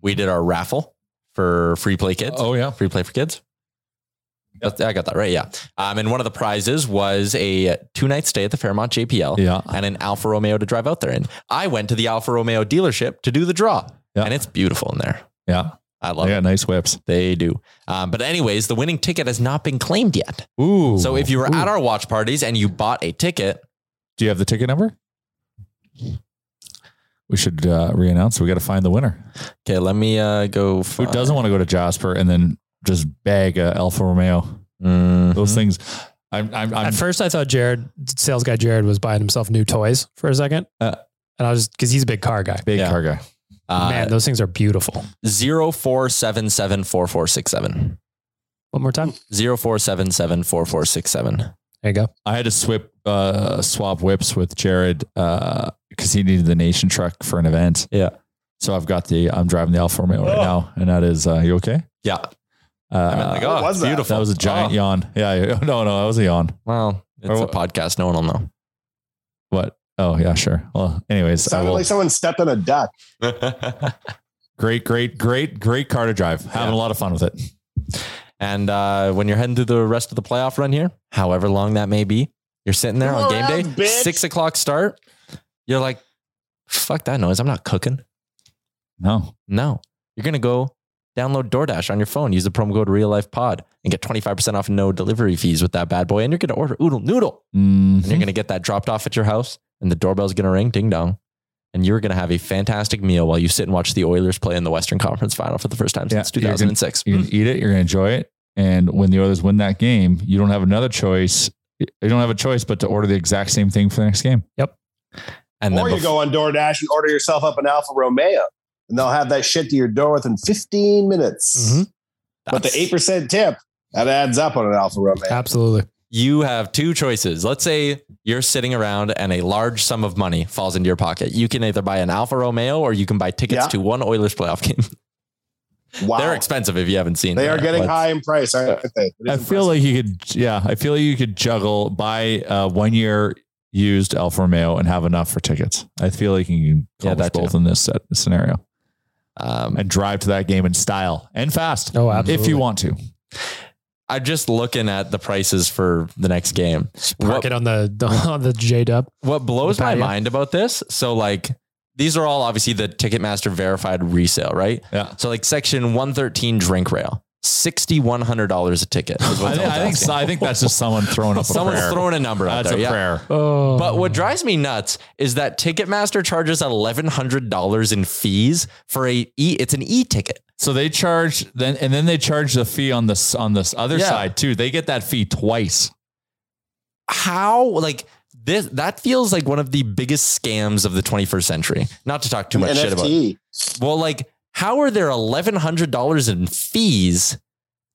Speaker 4: we did our raffle for free play kids.
Speaker 5: Oh yeah,
Speaker 4: free play for kids. That's- I got that right. Yeah. Um, and one of the prizes was a two night stay at the Fairmont JPL
Speaker 5: Yeah.
Speaker 4: and an Alfa Romeo to drive out there in. I went to the Alfa Romeo dealership to do the draw,
Speaker 5: Yeah.
Speaker 4: and it's beautiful in there.
Speaker 5: Yeah,
Speaker 4: I
Speaker 5: they
Speaker 4: love it.
Speaker 5: got nice whips.
Speaker 4: They do. Um, but, anyways, the winning ticket has not been claimed yet.
Speaker 5: Ooh.
Speaker 4: So, if you were
Speaker 5: Ooh.
Speaker 4: at our watch parties and you bought a ticket,
Speaker 5: do you have the ticket number? We should uh, re-announce. We got to find the winner.
Speaker 4: okay, let me uh, go.
Speaker 5: Who doesn't want to go to Jasper and then just bag a Alfa Romeo?
Speaker 4: Mm-hmm.
Speaker 5: Those things. I'm. I'm. I'm
Speaker 6: At first, I thought Jared, sales guy Jared, was buying himself new toys for a second.
Speaker 5: Uh,
Speaker 6: and I was, because he's a big car guy.
Speaker 5: big
Speaker 4: yeah.
Speaker 5: car guy.
Speaker 6: Man, those things are beautiful.
Speaker 4: Zero four seven seven four four six seven.
Speaker 6: One more time.
Speaker 4: Zero four seven seven four four six seven.
Speaker 6: There you go.
Speaker 5: I had to swip, uh, swap whips with Jared because he needed the nation truck for an event.
Speaker 4: Yeah.
Speaker 5: So I've got the. I'm driving the Alfa Romeo right now, and that is. Uh, you okay?
Speaker 4: Yeah.
Speaker 5: Uh,
Speaker 4: like, oh,
Speaker 3: What was
Speaker 4: it's
Speaker 3: that?
Speaker 4: beautiful.
Speaker 5: that was a giant
Speaker 4: Oh,
Speaker 5: yawn. Yeah. yeah. [laughs] No. No. That was a yawn.
Speaker 4: Well, it's
Speaker 5: Or
Speaker 4: a
Speaker 5: what-
Speaker 4: podcast. No one will know.
Speaker 5: What? Oh yeah, sure. Well, anyways, I
Speaker 3: Sounded
Speaker 5: will-
Speaker 3: like someone stepped on a duck.
Speaker 5: great, great, great, great car to drive.
Speaker 4: Yeah.
Speaker 5: Having a lot of fun with it.
Speaker 4: [laughs] and uh, when you're heading through the rest of the playoff run here, however long that may be, you're sitting there on
Speaker 3: Come
Speaker 4: game
Speaker 3: around,
Speaker 4: day,
Speaker 3: bitch.
Speaker 4: six o'clock start. You're like, fuck that noise. I'm not cooking.
Speaker 5: No,
Speaker 4: No, you're gonna go download DoorDash on your phone. Use the promo code Real Life Pod and get 25% off no delivery fees with that bad boy. And you're gonna order oodle noodle,
Speaker 5: Mm,
Speaker 4: and you're gonna get that dropped off at your house. And the doorbell's gonna ring, ding dong, and you're gonna have a fantastic meal while you sit and watch the Oilers play in the Western [laughs] Conference Final for the first time
Speaker 5: Yeah,
Speaker 4: since
Speaker 5: you're gonna-
Speaker 4: 2006.
Speaker 5: you're gonna eat it. You're gonna enjoy it. And when the others win that game, you don't have another choice. You don't have a choice but to order the exact same thing for the next game.
Speaker 4: And then
Speaker 3: or you
Speaker 4: bef-
Speaker 3: go on DoorDash and order yourself up an Alfa Romeo, and they'll have that shit to your door within 15 minutes.
Speaker 6: Mhm.
Speaker 3: But the
Speaker 4: that's-
Speaker 3: 8% tip, that adds up on an Alfa
Speaker 2: Oh,
Speaker 3: Romeo.
Speaker 6: Absolutely.
Speaker 4: you have two choices. Let's say you're sitting around and a large sum of money falls into your pocket. You can either buy an Alfa Romeo or you can buy tickets
Speaker 3: Yeah.
Speaker 4: to one Oilers playoff [laughs] game.
Speaker 3: Wow.
Speaker 4: They're expensive if you haven't seen.
Speaker 3: They are
Speaker 4: that.
Speaker 3: getting
Speaker 4: Let's-
Speaker 3: high in price,
Speaker 4: uh,
Speaker 3: aren't they? It is
Speaker 5: I feel like you could, yeah, I feel like you could juggle buy uh, one year used Alfa Romeo and have enough for tickets. I feel like you can
Speaker 4: Yeah,
Speaker 5: accomplish
Speaker 4: that
Speaker 5: both in this set, scenario
Speaker 4: Um,
Speaker 5: and drive to that game in style and fast
Speaker 6: Oh, absolutely.
Speaker 5: if you want to.
Speaker 4: I'm just looking at the prices for the next game.
Speaker 6: Park
Speaker 4: What-
Speaker 6: it on the, [laughs] the on the J Dub.
Speaker 4: what blows
Speaker 6: The
Speaker 4: my
Speaker 6: patio.
Speaker 4: mind about this so like these are all obviously the ticketmaster verified resale right yeah so like section 113 drink rail $6100 a ticket is
Speaker 5: I
Speaker 4: what
Speaker 5: think, I think so- I think that's just
Speaker 4: [laughs]
Speaker 5: someone throwing up.
Speaker 4: Someone's
Speaker 5: a prayer.
Speaker 4: throwing a number out
Speaker 5: That's
Speaker 4: there,
Speaker 5: a
Speaker 4: yeah.
Speaker 5: prayer.
Speaker 6: Oh,
Speaker 4: but what drives me nuts is that ticketmaster charges $1100 in fees for a e it's an e ticket
Speaker 5: So they charge then, and then they charge the fee on this on this other
Speaker 4: Yeah.
Speaker 5: side too. They get that fee twice.
Speaker 4: how like this that feels like one of the biggest scams of the 21st century not to talk too
Speaker 3: An
Speaker 4: much shit about it.
Speaker 3: NFT.
Speaker 4: well like how are there $1100 in fees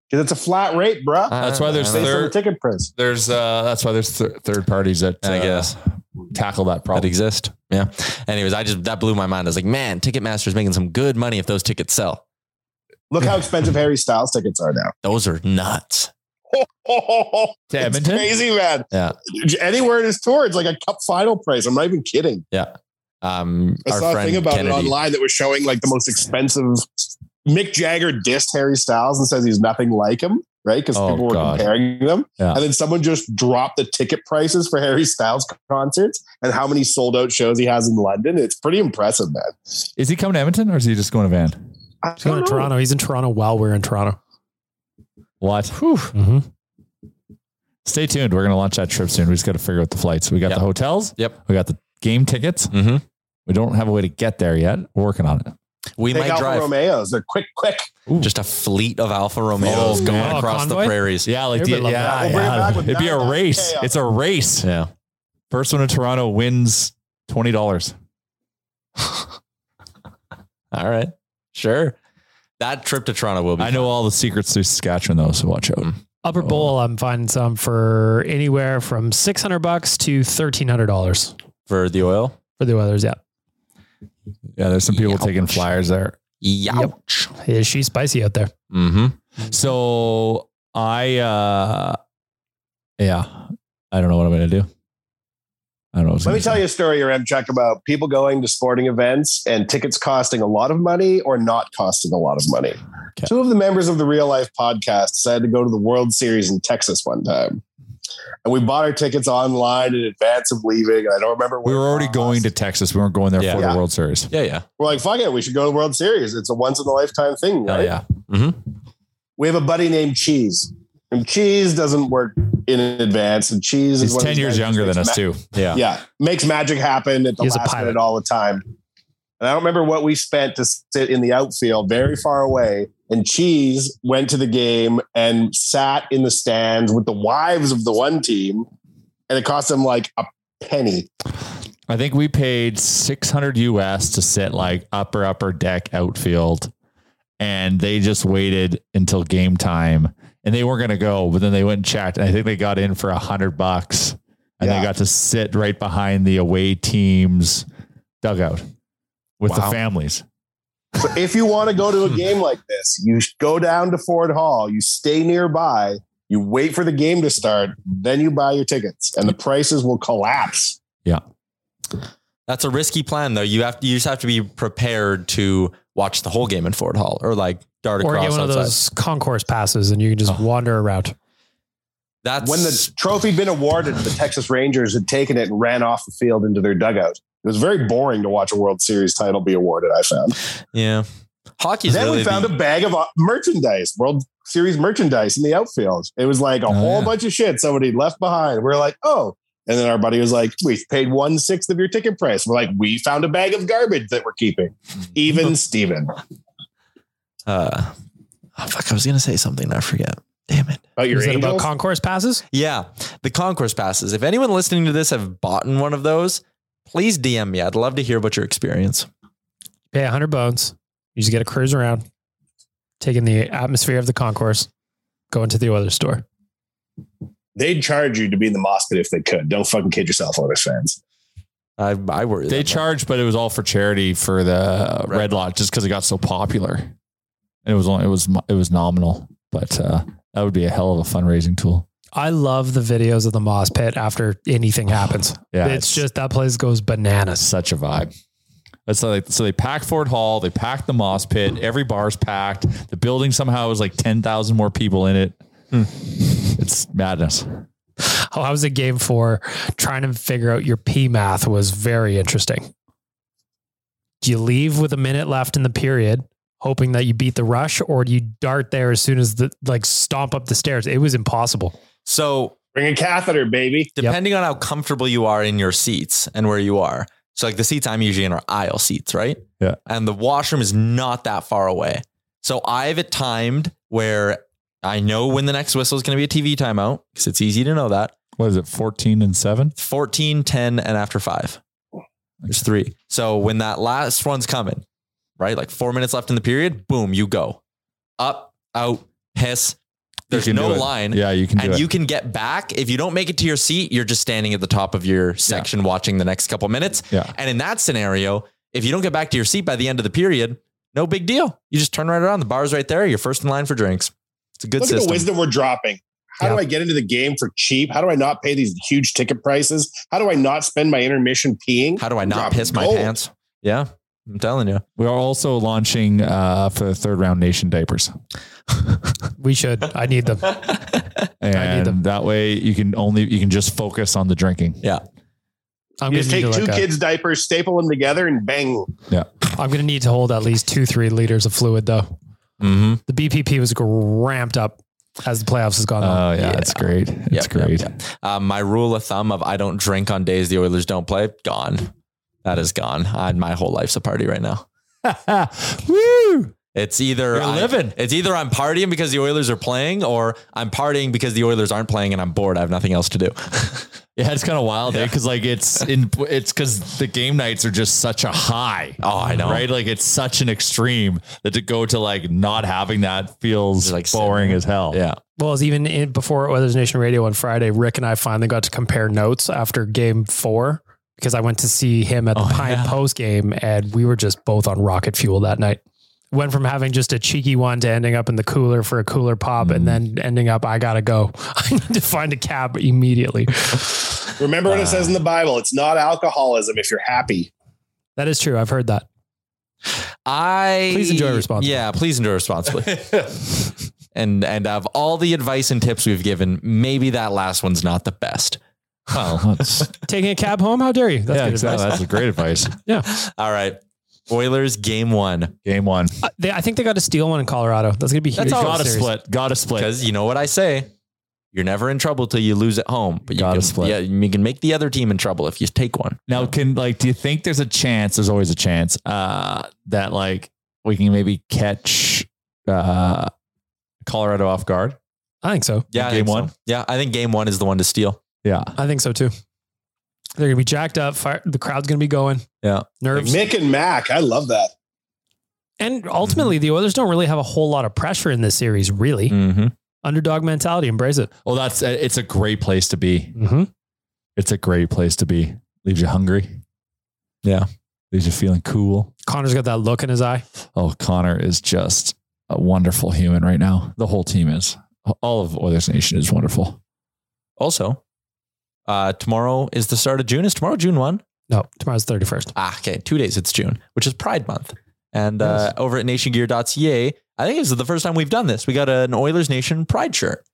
Speaker 3: Because it's a flat rate, bruh.
Speaker 5: That's why there's
Speaker 3: Based on the
Speaker 5: third.
Speaker 3: ticket price.
Speaker 5: There's uh, that's why there's th- third parties that uh,
Speaker 4: I guess.
Speaker 5: tackle that
Speaker 4: that
Speaker 5: problem.
Speaker 4: exist. Yeah. Anyways, I just that blew my mind. I was like, man, Ticketmaster's making some good money if those tickets sell. [laughs]
Speaker 3: Look how expensive Harry Styles tickets are now.
Speaker 4: Those are nuts. [laughs]
Speaker 3: Oh,
Speaker 5: To
Speaker 3: it's
Speaker 5: Edmonton?
Speaker 3: crazy, man.
Speaker 4: Yeah.
Speaker 3: Anywhere in his tour, it's like a cup final price. I'm not even kidding.
Speaker 4: Yeah. Um,
Speaker 3: I
Speaker 4: our
Speaker 3: saw a
Speaker 4: friend
Speaker 3: thing about
Speaker 4: Kennedy.
Speaker 3: it online that was showing like the most expensive. Mick Jagger dissed Harry Styles and says he's nothing like him, right? Because
Speaker 5: Oh,
Speaker 3: people were
Speaker 5: God.
Speaker 3: comparing them.
Speaker 5: Yeah.
Speaker 3: And then someone just dropped the ticket prices for Harry Styles concerts and how many sold out shows he has in London. It's pretty impressive, man.
Speaker 5: Is he coming to Edmonton or is he just going to Van?
Speaker 3: I
Speaker 6: he's
Speaker 3: don't
Speaker 6: going to
Speaker 3: know.
Speaker 6: Toronto. He's in Toronto while we're in Toronto.
Speaker 5: What?
Speaker 6: Mm-hmm.
Speaker 5: Stay tuned. We're going to launch that trip soon. We just got to figure out the flights. We got
Speaker 4: Yep.
Speaker 5: the hotels.
Speaker 4: Yep.
Speaker 5: We got the game tickets.
Speaker 4: Mhm.
Speaker 5: We don't have a way to get there yet. We're working on it.
Speaker 4: We
Speaker 3: Take
Speaker 4: might
Speaker 3: Alfa
Speaker 4: drive
Speaker 3: Romeos. They're quick, quick.
Speaker 4: just a fleet of Alfa Romeos
Speaker 5: Oh,
Speaker 4: going
Speaker 5: man.
Speaker 4: across
Speaker 6: Oh,
Speaker 4: the
Speaker 6: convoy?
Speaker 4: prairies.
Speaker 5: Yeah, like the,
Speaker 6: Everybody
Speaker 5: yeah,
Speaker 6: loved that.
Speaker 3: We'll bring it
Speaker 5: yeah.
Speaker 3: back with
Speaker 5: it'd be a
Speaker 3: 9,000
Speaker 5: race.
Speaker 3: chaos.
Speaker 5: It's a race.
Speaker 4: Yeah.
Speaker 5: First one to Toronto wins twenty dollars.
Speaker 4: All right. Sure. That trip to Toronto will be.
Speaker 5: I know all the secrets to Saskatchewan though, so watch out.
Speaker 6: Upper Bowl, I'm finding some for anywhere from six hundred bucks to thirteen hundred dollars
Speaker 4: for the oil.
Speaker 6: for the others. Yeah,
Speaker 5: Yeah, there's some people taking
Speaker 4: Ouch.
Speaker 5: flyers there.
Speaker 4: Youch.
Speaker 6: is she spicy out there?
Speaker 4: Mm-hmm.
Speaker 5: So I, uh yeah, I don't know what I'm gonna do. I don't know.
Speaker 3: Let me tell you a story, M Chuck, about people going to sporting events and tickets costing a lot of money or not costing a lot of money. Two of the members of the Real Life podcast decided to go to the World Series in Texas one time. And we bought our tickets online in advance of leaving. And I don't remember
Speaker 5: We
Speaker 3: what
Speaker 5: were
Speaker 3: it
Speaker 5: already
Speaker 3: cost.
Speaker 5: going to Texas. We weren't going there
Speaker 4: Yeah.
Speaker 5: for
Speaker 3: Yeah.
Speaker 5: the World Series.
Speaker 4: Yeah, yeah.
Speaker 3: We're like, fuck it, we should go to the World Series. It's a once in a lifetime thing,
Speaker 5: Hell
Speaker 3: right?
Speaker 5: yeah.
Speaker 3: We have a buddy named Cheese. And Cheese doesn't work in advance. And Cheese is
Speaker 5: He's
Speaker 3: one of
Speaker 5: ten
Speaker 3: these
Speaker 5: years
Speaker 3: guys who
Speaker 5: younger
Speaker 3: makes
Speaker 5: than
Speaker 3: ma-
Speaker 5: us too.
Speaker 4: Yeah.
Speaker 3: yeah, makes magic happen at the
Speaker 6: He's a
Speaker 3: last
Speaker 6: pilot.
Speaker 3: minute all the time. And I don't remember what we spent to sit in the outfield very far away. And Cheese went to the game and sat in the stands with the wives of the one team, and it cost him like a penny.
Speaker 5: I think we paid 600 US to sit like upper upper deck outfield and they just waited until game time and they weren't going to go but then they went and checked and I think they got in for 100 bucks and
Speaker 3: Yeah.
Speaker 5: they got to sit right behind the away team's dugout with
Speaker 4: Wow.
Speaker 5: the families.
Speaker 3: So if you want to go to a game like this, you go down to Ford Hall, you stay nearby, you wait for the game to start, then you buy your tickets, and the prices will collapse.
Speaker 4: That's a risky plan, though. You have to, you just have to be prepared to watch the whole game in Ford Hall or like dart
Speaker 6: Or
Speaker 4: across
Speaker 6: get one of
Speaker 4: outside.
Speaker 6: those concourse passes, and you can just wander around.
Speaker 4: That's
Speaker 3: when the trophy been awarded, the Texas Rangers had taken it and ran off the field into their dugout. It was very boring to watch a World Series title be awarded. I found.
Speaker 4: yeah. Hockey's
Speaker 3: then
Speaker 4: really
Speaker 3: we found
Speaker 4: the-
Speaker 3: a bag of uh, merchandise, World Series merchandise in the outfield. It was like a whole
Speaker 5: Oh, yeah.
Speaker 3: bunch of shit somebody left behind. We're like, oh. And then our buddy was like, we paid one sixth of your ticket price. We're like, we found a bag of garbage that we're keeping. Even Steven.
Speaker 4: uh oh, fuck i was gonna say something and i forget damn it
Speaker 3: About your
Speaker 6: Is it about
Speaker 3: Angels?
Speaker 6: concourse passes?
Speaker 4: yeah the concourse passes if anyone listening to this have bought in one of those please dm me i'd love to hear about your experience
Speaker 6: Pay a hundred bones. You just get to cruise around, taking the atmosphere of the concourse, going to the other store.
Speaker 3: They'd charge you to be in the mosh pit if they could. Don't fucking kid yourself, Oilers fans.
Speaker 4: i i worry that
Speaker 5: They
Speaker 4: much.
Speaker 5: charged but it was all for charity for the
Speaker 4: Red
Speaker 5: Red Lot just cuz it got so popular. And it was only it was mo- it was nominal, but uh that would be a hell of a fundraising tool.
Speaker 6: I love the videos of the moss pit after anything happens.
Speaker 5: Yeah.
Speaker 6: it's, just that place goes bananas.
Speaker 5: Such a vibe. That's like so they packed Ford Hall, they packed the Moss Pit, every bar's packed. The building somehow was like ten thousand more people in it. It's madness.
Speaker 6: Oh, I was at game four trying to figure out your P math was very interesting. Do you leave with a minute left in the period, hoping that you beat the rush, or do you dart there as soon as the like stomp up the stairs? It was impossible.
Speaker 4: So
Speaker 3: bring a catheter, baby.
Speaker 4: Depending on how comfortable you are in your seats and where you are. So like the seats I'm usually in are aisle seats, right?
Speaker 5: Yeah.
Speaker 4: And the washroom is not that far away. So I've it timed where I know when the next whistle is going to be a TV timeout because it's easy to know that.
Speaker 5: What is it? 14 and 7?
Speaker 4: 14, 10, and after five. There's three. So when that last one's coming, right? Like four minutes left in the period, boom, you go. Up, out, piss. There's
Speaker 5: can
Speaker 4: no
Speaker 5: do it.
Speaker 4: line.
Speaker 5: Yeah, you can do
Speaker 4: And
Speaker 5: it.
Speaker 4: you can get back. If you don't make it to your seat, you're just standing at the top of your section watching the next couple minutes.
Speaker 5: Yeah.
Speaker 4: And in that scenario, if you don't get back to your seat by the end of the period, no big deal. You just turn right around. The bar's right there. You're first in line for drinks. It's a good
Speaker 3: Look at
Speaker 4: system.
Speaker 3: the wisdom we're dropping. How do I get into the game for cheap? How do I not pay these huge ticket prices? How do I not spend my intermission peeing?
Speaker 4: How do I not piss my pants? Yeah. I'm telling you.
Speaker 5: We are also launching uh, for the third round nation diapers.
Speaker 6: We should. I need
Speaker 3: [laughs]
Speaker 6: them.
Speaker 5: And that way you can only you can just focus on the drinking.
Speaker 4: Yeah.
Speaker 6: I'm
Speaker 3: you
Speaker 6: gonna
Speaker 3: just
Speaker 6: need
Speaker 3: take
Speaker 6: to
Speaker 3: two
Speaker 6: like a-
Speaker 3: kids' diapers, staple them together, and bang.
Speaker 5: Yeah.
Speaker 6: I'm going to need to hold at least two, three liters of fluid, though.
Speaker 4: Mm-hmm.
Speaker 6: The BPP was gr- ramped up as the playoffs has gone on.
Speaker 5: Oh yeah, it's great. It's great.
Speaker 4: Um, my rule of thumb of I don't drink on days the Oilers don't play, gone. That is gone. I, my whole life's a party right now.
Speaker 6: [laughs]
Speaker 5: Woo!
Speaker 4: It's either
Speaker 5: You're
Speaker 4: I-
Speaker 5: living.
Speaker 4: It's either I'm partying because the Oilers are playing, or I'm partying because the Oilers aren't playing and I'm bored. I have nothing else to
Speaker 5: [laughs]
Speaker 4: do. [laughs]
Speaker 5: Yeah, it's kind of wild because like it's in it's because the game nights are just such a high.
Speaker 4: Oh, I know.
Speaker 5: right? Like it's such an extreme that to go to like not having that feels like boring as hell.
Speaker 4: Yeah,
Speaker 6: Well, it was even in, before Oilers Nation Radio on Friday, Rick and I finally got to compare notes after game four because I went to see him at
Speaker 4: Oh,
Speaker 6: the Pine Post game and we were just both on rocket fuel that night. Went from having just a cheeky one to ending up in the cooler for a cooler pop
Speaker 4: Mm.
Speaker 6: and then ending up, I gotta go. [laughs] I need to find a cab immediately.
Speaker 3: Remember what it says in the Bible: it's not alcoholism if you're happy.
Speaker 6: That is true. I've heard that.
Speaker 4: I
Speaker 6: Please enjoy responsibly.
Speaker 4: Yeah, please enjoy responsibly.
Speaker 5: [laughs]
Speaker 4: and and of all the advice and tips we've given, maybe that last one's not the best.
Speaker 5: [laughs] Well, that's,
Speaker 6: Taking a cab home? How dare you? That's
Speaker 5: yeah,
Speaker 6: good
Speaker 5: exactly.
Speaker 6: advice.
Speaker 5: That's a great advice.
Speaker 6: Yeah.
Speaker 4: All right, Oilers game one.
Speaker 5: Game one.
Speaker 6: Uh, [laughs] they, I think they got a steal one in Colorado. That's gonna be huge.
Speaker 4: That's all
Speaker 6: for the
Speaker 4: gotta
Speaker 6: series.
Speaker 5: Split. Got to split.
Speaker 4: Because you know what I say, you're never in trouble till you lose at home. But you
Speaker 5: Gotta
Speaker 4: can,
Speaker 5: split.
Speaker 4: Yeah, you can make the other team in trouble if you take one.
Speaker 5: Now, can like, do you think there's a chance? There's always a chance uh, that like we can maybe catch uh, Colorado off guard.
Speaker 6: I think so.
Speaker 4: Yeah, I
Speaker 5: Game
Speaker 4: think so.
Speaker 5: one?
Speaker 4: Yeah, I think game one is the one to steal.
Speaker 5: Yeah,
Speaker 6: I think so too. They're gonna be jacked up. Fire, the crowd's gonna be going.
Speaker 4: Yeah.
Speaker 6: Nerves.
Speaker 3: Mick and Mac, I love that.
Speaker 6: and ultimately, the Oilers don't really have a whole lot of pressure in this series. Really,
Speaker 4: Mm-hmm.
Speaker 6: underdog mentality. Embrace it.
Speaker 5: Well, that's uh, it's a great place to be.
Speaker 6: Mm-hmm.
Speaker 5: It's a great place to be. Leaves you hungry.
Speaker 4: Yeah.
Speaker 5: Leaves you feeling cool.
Speaker 6: Connor's got that look in his eye.
Speaker 5: Oh, Connor is just a wonderful human right now. The whole team is. All of Oilers Nation is wonderful.
Speaker 4: Also, uh, tomorrow is the start of June. Is tomorrow June 1?
Speaker 6: No, tomorrow's thirty first.
Speaker 4: Ah, okay. Two days it's June, which is Pride Month. And uh, over at nationgear.ca, I think this is the first time we've done this. We got an Oilers Nation Pride shirt.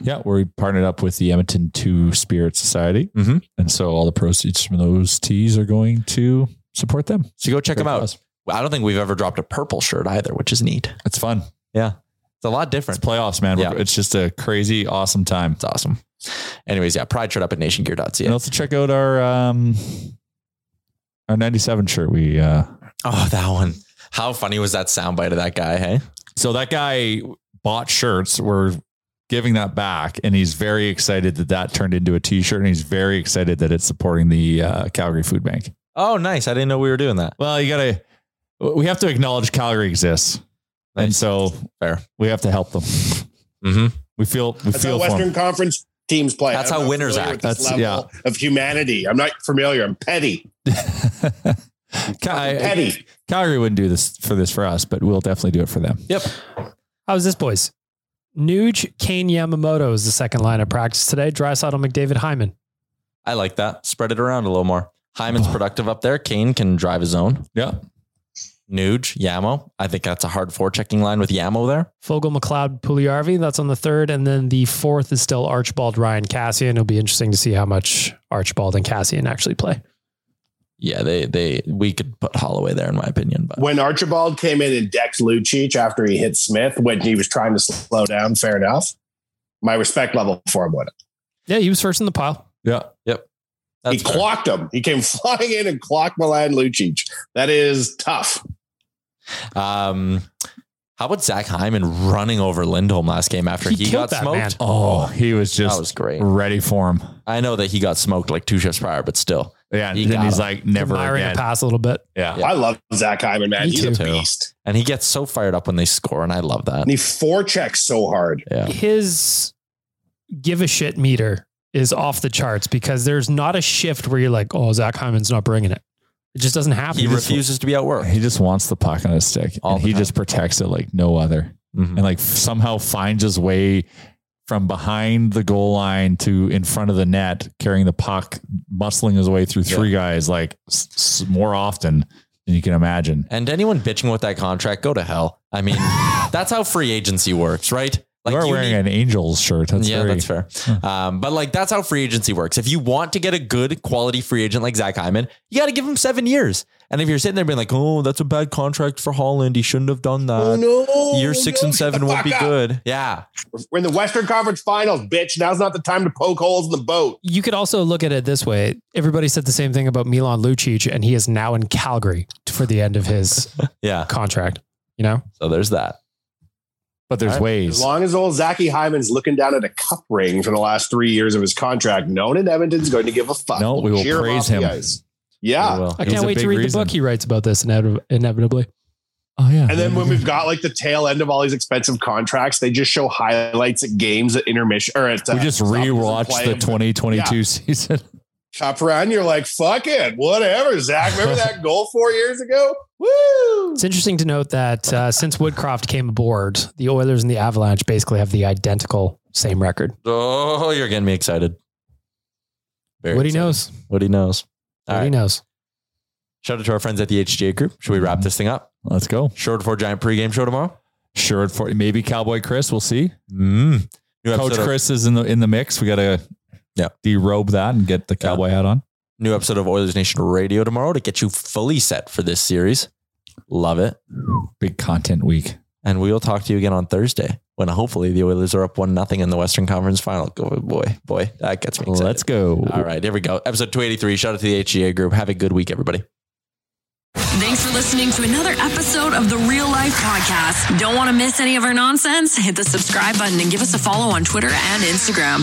Speaker 5: Yeah, we partnered up with the Edmonton Two Spirit Society,
Speaker 4: Mhm.
Speaker 5: and so all the proceeds from those teas are going to support them.
Speaker 4: So go check
Speaker 5: Great
Speaker 4: them out.
Speaker 5: cause.
Speaker 4: I don't think we've ever dropped a purple shirt either, which is neat.
Speaker 5: It's fun.
Speaker 4: Yeah. It's a lot
Speaker 5: It's
Speaker 4: different.
Speaker 5: playoffs, man. We're-
Speaker 4: Yeah.
Speaker 5: It's just a crazy, awesome time.
Speaker 4: It's awesome. Anyways, yeah, Pride shirt up at nationgear.ca.
Speaker 5: And also check out our um our '97 shirt. We uh
Speaker 4: Oh, that one. How funny was that soundbite of that guy? Hey,
Speaker 5: so that guy bought shirts. We're giving that back, and he's very excited that that turned into a T-shirt, and he's very excited that it's supporting the uh, Calgary Food Bank.
Speaker 4: oh, nice. I didn't know we were doing that.
Speaker 5: Well, you gotta. We have to acknowledge Calgary exists, and
Speaker 4: Nice.
Speaker 5: so
Speaker 4: Fair.
Speaker 5: we have to help them.
Speaker 4: Mm-hmm.
Speaker 5: We feel we
Speaker 3: That's
Speaker 5: feel
Speaker 3: how
Speaker 5: for 'em.
Speaker 3: Western Conference teams play.
Speaker 4: That's
Speaker 3: I'm
Speaker 4: how
Speaker 3: not
Speaker 4: winners
Speaker 3: familiar
Speaker 4: act.
Speaker 3: with this
Speaker 5: That's-
Speaker 3: level of humanity. I'm not familiar. I'm petty.
Speaker 5: Cal- I-
Speaker 3: petty.
Speaker 5: Calgary wouldn't do this for this for us, but we'll definitely do it for them.
Speaker 4: Yep.
Speaker 6: How's this, boys? Nuge, Kane, Yamamoto is the second line of practice today. Drysaddle, McDavid, Hyman.
Speaker 4: I like that. Spread it around a little more. Hyman's productive up there. Kane can drive his own.
Speaker 5: Yeah,
Speaker 4: Nuge, Yamo. I think that's a hard four checking line with Yamo there.
Speaker 6: Fogel, McLeod, Puliarvi. That's on the third. And then the fourth is still Archibald, Ryan, Cassian. It'll be interesting to see how much Archibald and Cassian actually play.
Speaker 4: Yeah, they they we could put Holloway there in my opinion, but
Speaker 3: When Archibald came in and decked Lucic after he hit Smith when he was trying to slow down, fair enough. My respect level for him went up.
Speaker 6: Yeah, he was first in the pile.
Speaker 4: Yeah. Yep.
Speaker 3: he clocked him. He came [laughs] flying in and clocked Milan Lucic. That is tough.
Speaker 4: um how about Zach Hyman running over Lindholm last game after he,
Speaker 6: He
Speaker 4: got
Speaker 6: killed that
Speaker 4: smoked?
Speaker 6: man.
Speaker 5: Oh, he was just
Speaker 4: that was great.
Speaker 5: ready for him.
Speaker 4: I know that he got smoked like two shifts prior, but still.
Speaker 5: Yeah, and
Speaker 4: He
Speaker 5: then
Speaker 4: got
Speaker 5: he's
Speaker 4: him.
Speaker 5: like never
Speaker 6: Admiring
Speaker 5: again.
Speaker 6: the pass a little bit.
Speaker 5: Yeah.
Speaker 4: Yeah.
Speaker 3: I love Zach Hyman, man.
Speaker 6: Me
Speaker 3: He's
Speaker 4: too.
Speaker 3: a beast.
Speaker 4: And he gets so fired up when they score, and I love that.
Speaker 3: And he forechecks so hard.
Speaker 4: Yeah.
Speaker 6: His give a shit meter is off the charts because there's not a shift where you're like, oh, Zach Hyman's not bringing it. It just doesn't happen.
Speaker 4: He
Speaker 6: It's-
Speaker 4: refuses to be outworked.
Speaker 5: He just wants the puck on his stick,
Speaker 4: All
Speaker 5: and
Speaker 4: the
Speaker 5: he
Speaker 4: time.
Speaker 5: just protects it like no other,
Speaker 4: Mhm.
Speaker 5: and like somehow finds his way from behind the goal line to in front of the net, carrying the puck, muscling his way through three guys like s- s- more often than you can imagine.
Speaker 4: And anyone bitching with that contract, go to hell. I mean, that's how free agency works, right?
Speaker 5: you are
Speaker 4: you
Speaker 5: wearing
Speaker 4: need-
Speaker 5: an Angels shirt. That's
Speaker 4: yeah,
Speaker 5: very,
Speaker 4: that's fair. Um, but like, that's how free agency works. If you want to get a good quality free agent like Zach Hyman, you got to give him seven years. And if you're sitting there being like, "Oh, that's a bad contract for Holland. He shouldn't have done that.
Speaker 3: Oh,
Speaker 6: Oh,
Speaker 3: no.
Speaker 4: uh, Year six
Speaker 3: no,
Speaker 4: and
Speaker 3: shut
Speaker 4: seven
Speaker 3: the
Speaker 4: won't be
Speaker 3: fuck up.
Speaker 4: good." Yeah,
Speaker 3: We're in the Western Conference Finals, bitch. Now's not the time to poke holes in the boat.
Speaker 6: you could also look at it this way. Everybody said the same thing about Milan Lucic, and he is now in Calgary for the end
Speaker 4: [laughs]
Speaker 6: of his
Speaker 4: yeah.
Speaker 6: contract. You know,
Speaker 4: So there's that.
Speaker 5: but there's
Speaker 4: All right.
Speaker 5: ways.
Speaker 3: As long as old Zachy Hyman's looking down at a cup ring for the last three years of his contract, no one in Edmonton's going to give a fuck.
Speaker 5: No, we will
Speaker 3: Cheer
Speaker 5: praise
Speaker 3: off the
Speaker 5: him.
Speaker 3: ice. Yeah.
Speaker 4: Well,
Speaker 6: I
Speaker 5: He's
Speaker 6: can't
Speaker 5: a
Speaker 6: wait to
Speaker 5: big
Speaker 6: read
Speaker 5: reason.
Speaker 6: the book he writes about this inevit- inevitably.
Speaker 5: Oh yeah,
Speaker 3: And then when we've got like the tail end of all these expensive contracts, they just show highlights at games at intermission or at
Speaker 5: we just rewatched the 2022
Speaker 3: Yeah.
Speaker 5: season. [laughs]
Speaker 3: top round. You're like, fuck it, whatever, Zach. Remember
Speaker 6: [laughs]
Speaker 3: that goal four years ago? Woo!
Speaker 6: It's interesting to note that uh, since Woodcroft came aboard, the Oilers and the Avalanche basically have the identical same record.
Speaker 4: Oh, you're getting me excited. Very
Speaker 6: what he
Speaker 4: excited.
Speaker 6: knows,
Speaker 4: What he knows. All
Speaker 6: what
Speaker 4: right.
Speaker 6: he knows.
Speaker 4: Shout out to our friends at the HGA Group. Should we wrap this thing up?
Speaker 5: Let's go.
Speaker 4: Short for giant pregame show tomorrow.
Speaker 5: Sure, at 40, maybe Cowboy Chris. We'll see.
Speaker 4: Mm. New
Speaker 5: Coach
Speaker 4: episode of-
Speaker 5: Chris is in the in the mix. We gotta
Speaker 4: Yeah.
Speaker 5: derobe that and get the cowboy hat on.
Speaker 4: new episode of Oilers Nation Radio tomorrow to get you fully set for this series. Love it.
Speaker 5: Big content week.
Speaker 4: And we'll talk to you again on Thursday when hopefully the Oilers are up one nothing in the Western Conference Final. Go boy, boy, that gets me excited.
Speaker 5: Let's go.
Speaker 4: All right, here we go. Episode 283. Shout out to the HGA group. Have a good week, everybody.
Speaker 9: Thanks for listening to another episode of the Real Life Podcast. Don't want to miss any of our nonsense? Hit the subscribe button and give us a follow on Twitter and Instagram.